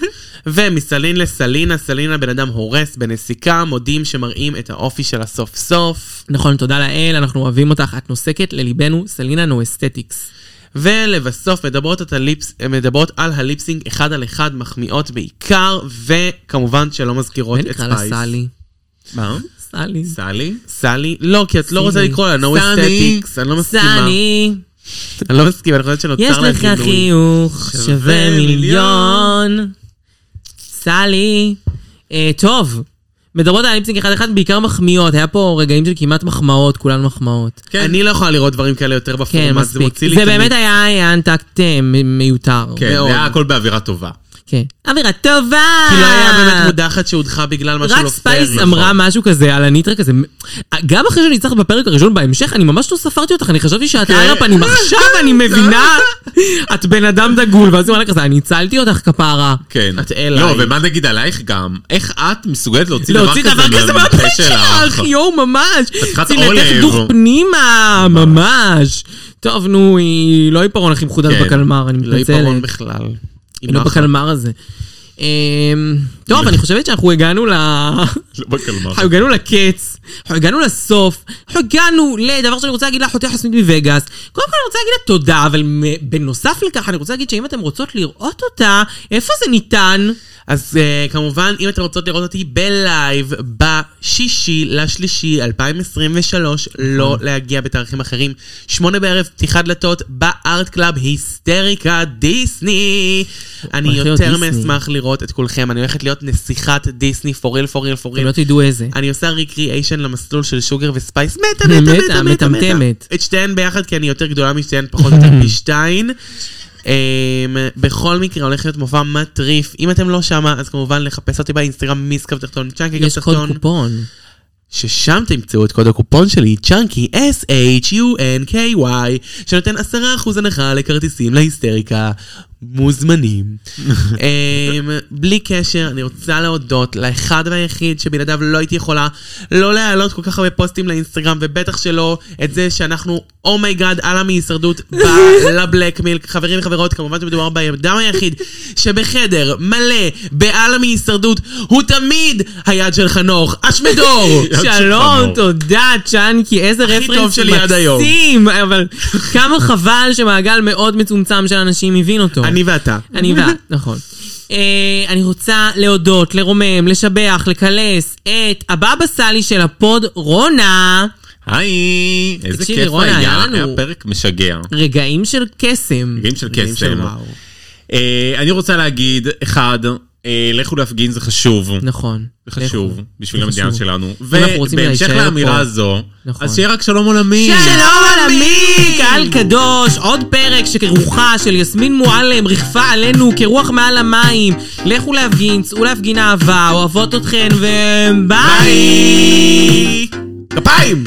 ומסלין לסלינה, סלינה בן אדם הורס בנסיקה, מודים שמראים את האופי שלה סוף סוף. נכון, תודה לאל, אנחנו אוהבים אותך, את נוסקת לליבנו, סלינה נו אסתטיקס. ולבסוף מדברות, את הליפס, מדברות על הליפסינג אחד על אחד, מחמיאות בעיקר, וכמובן שלא מזכירות את ונקרא לה ספייס. סלי. מה? סלי. סלי? סלי? לא, כי את לא סלי. רוצה לקרוא לה no סני. aesthetics, אני לא מסכימה. סלי, אני לא מסכימה, אני חושבת יש שנוצר לה לך גינוי. חיוך שווה שווה מיליון. סלי. אה, טוב, מדברות על הליפסינג אחד אחד, בעיקר מחמיאות, היה פה רגעים של כמעט מחמאות, כולן מחמאות. כן. אני לא יכולה לראות דברים כאלה יותר כן, בפורמט, זה מספיק. מוציא לי זה באמת קימי. היה אה, אנטקט אה, מ- מיותר. כן, מאוד. זה היה הכל באווירה טובה. כן. אווירה טובה! כי לא היה באמת מודחת שהודחה בגלל משהו לא אה. רק פייר. ספייס נכון. אמרה משהו כזה על הניטרה כזה. גם אחרי שניצחת בפרק הראשון בהמשך, אני ממש לא ספרתי אותך, אני חשבתי שאת על הפנים, עכשיו אני מבינה, את בן אדם דגול, ואז היא אמרה לה כזה, אני הצלתי אותך כפרה. כן. את אליי. לא, ומה נגיד עלייך גם? איך את מסוגלת להוציא דבר להוציא כזה דבר כזה מהפה שלך, שלך? יואו, ממש. חתיכת צינתך עולב. דוך פנימה, ממש. טוב, נו, היא לא עיפרון הכי מחודש כן. בקלמר, אני לא עיפרון מתנצלת. בכלל. היא לא נחה. בקלמר הזה. אמ, טוב, אני חושבת שאנחנו הגענו ל... לא בקלמר. אנחנו הגענו לקץ, אנחנו הגענו לסוף, אנחנו הגענו לדבר שאני רוצה להגיד לאחותי חסמית מווגאס. קודם כל אני רוצה להגיד לה תודה, אבל מ- בנוסף לכך אני רוצה להגיד שאם אתם רוצות לראות אותה, איפה זה ניתן? אז uh, כמובן, אם אתם רוצות לראות אותי בלייב בשישי לשלישי 2023, לא נכון. להגיע בתאריכים אחרים, שמונה בערב, פתיחת דלתות בארט קלאב היסטריקה דיסני. אני הולך להיות יותר דיסני. מאשמח לראות את כולכם, אני הולכת להיות נסיכת דיסני for real, for real, for אתם לא real. תדעו איזה. אני עושה ריקריאיישן למסלול של שוגר וספייס, מתה, מתה, מתה, מתה, מתה, מטמטמת. את שתיהן ביחד, כי אני יותר גדולה משתיהן, פחות או יותר פי שתיים. אמ, בכל מקרה, הולך להיות מופע מטריף. אם אתם לא שמה, אז כמובן לחפש אותי באינסטגרם מיסקו תחתון, צ'אנקי גם יש קוד תחתון, קופון. ששם תמצאו את קוד הקופון שלי, צ'אנקי, S-H-U-N-K-Y, שנותן 10% הנחה לכרטיסים להיסטריקה. מוזמנים. אמ, בלי קשר, אני רוצה להודות לאחד והיחיד שבלעדיו לא הייתי יכולה לא להעלות כל כך הרבה פוסטים לאינסטגרם, ובטח שלא את זה שאנחנו, oh אומייגאד, אללה מהישרדות, בא לבלק מילק. חברים וחברות, כמובן שמדובר באדם היחיד שבחדר מלא באללה מהישרדות, הוא תמיד היד של חנוך, אשמדור! יד של שלום, חמור. תודה, צ'אנקי, איזה הכי טוב רפרנס שלי עד היום. מקסים, אבל כמה חבל שמעגל מאוד מצומצם של אנשים הבין אותו. אני ואתה. אני ואת, נכון. אה, אני רוצה להודות, לרומם, לשבח, לקלס את הבבא סאלי של הפוד, רונה. היי, איזה תקשיבי, כיף רונה, היה היה, לנו- היה פרק משגע. רגעים של קסם. רגעים של רגעים של קסם. וואו. אה, אני רוצה להגיד, אחד, אה, לכו להפגין, זה חשוב. נכון. זה חשוב, לכו. בשביל זה המדינה חשוב. שלנו. אם אנחנו רוצים ובהמשך להישאר לאמירה פה. הזו, נכון. אז שיהיה רק שלום עולמי. שלום עולמי, קהל קדוש, עוד פרק שכרוחה של יסמין מועלם ריחפה עלינו כרוח מעל המים. לכו להפגין, צאו להפגין אהבה, אוהבות אתכן, וביי! כפיים!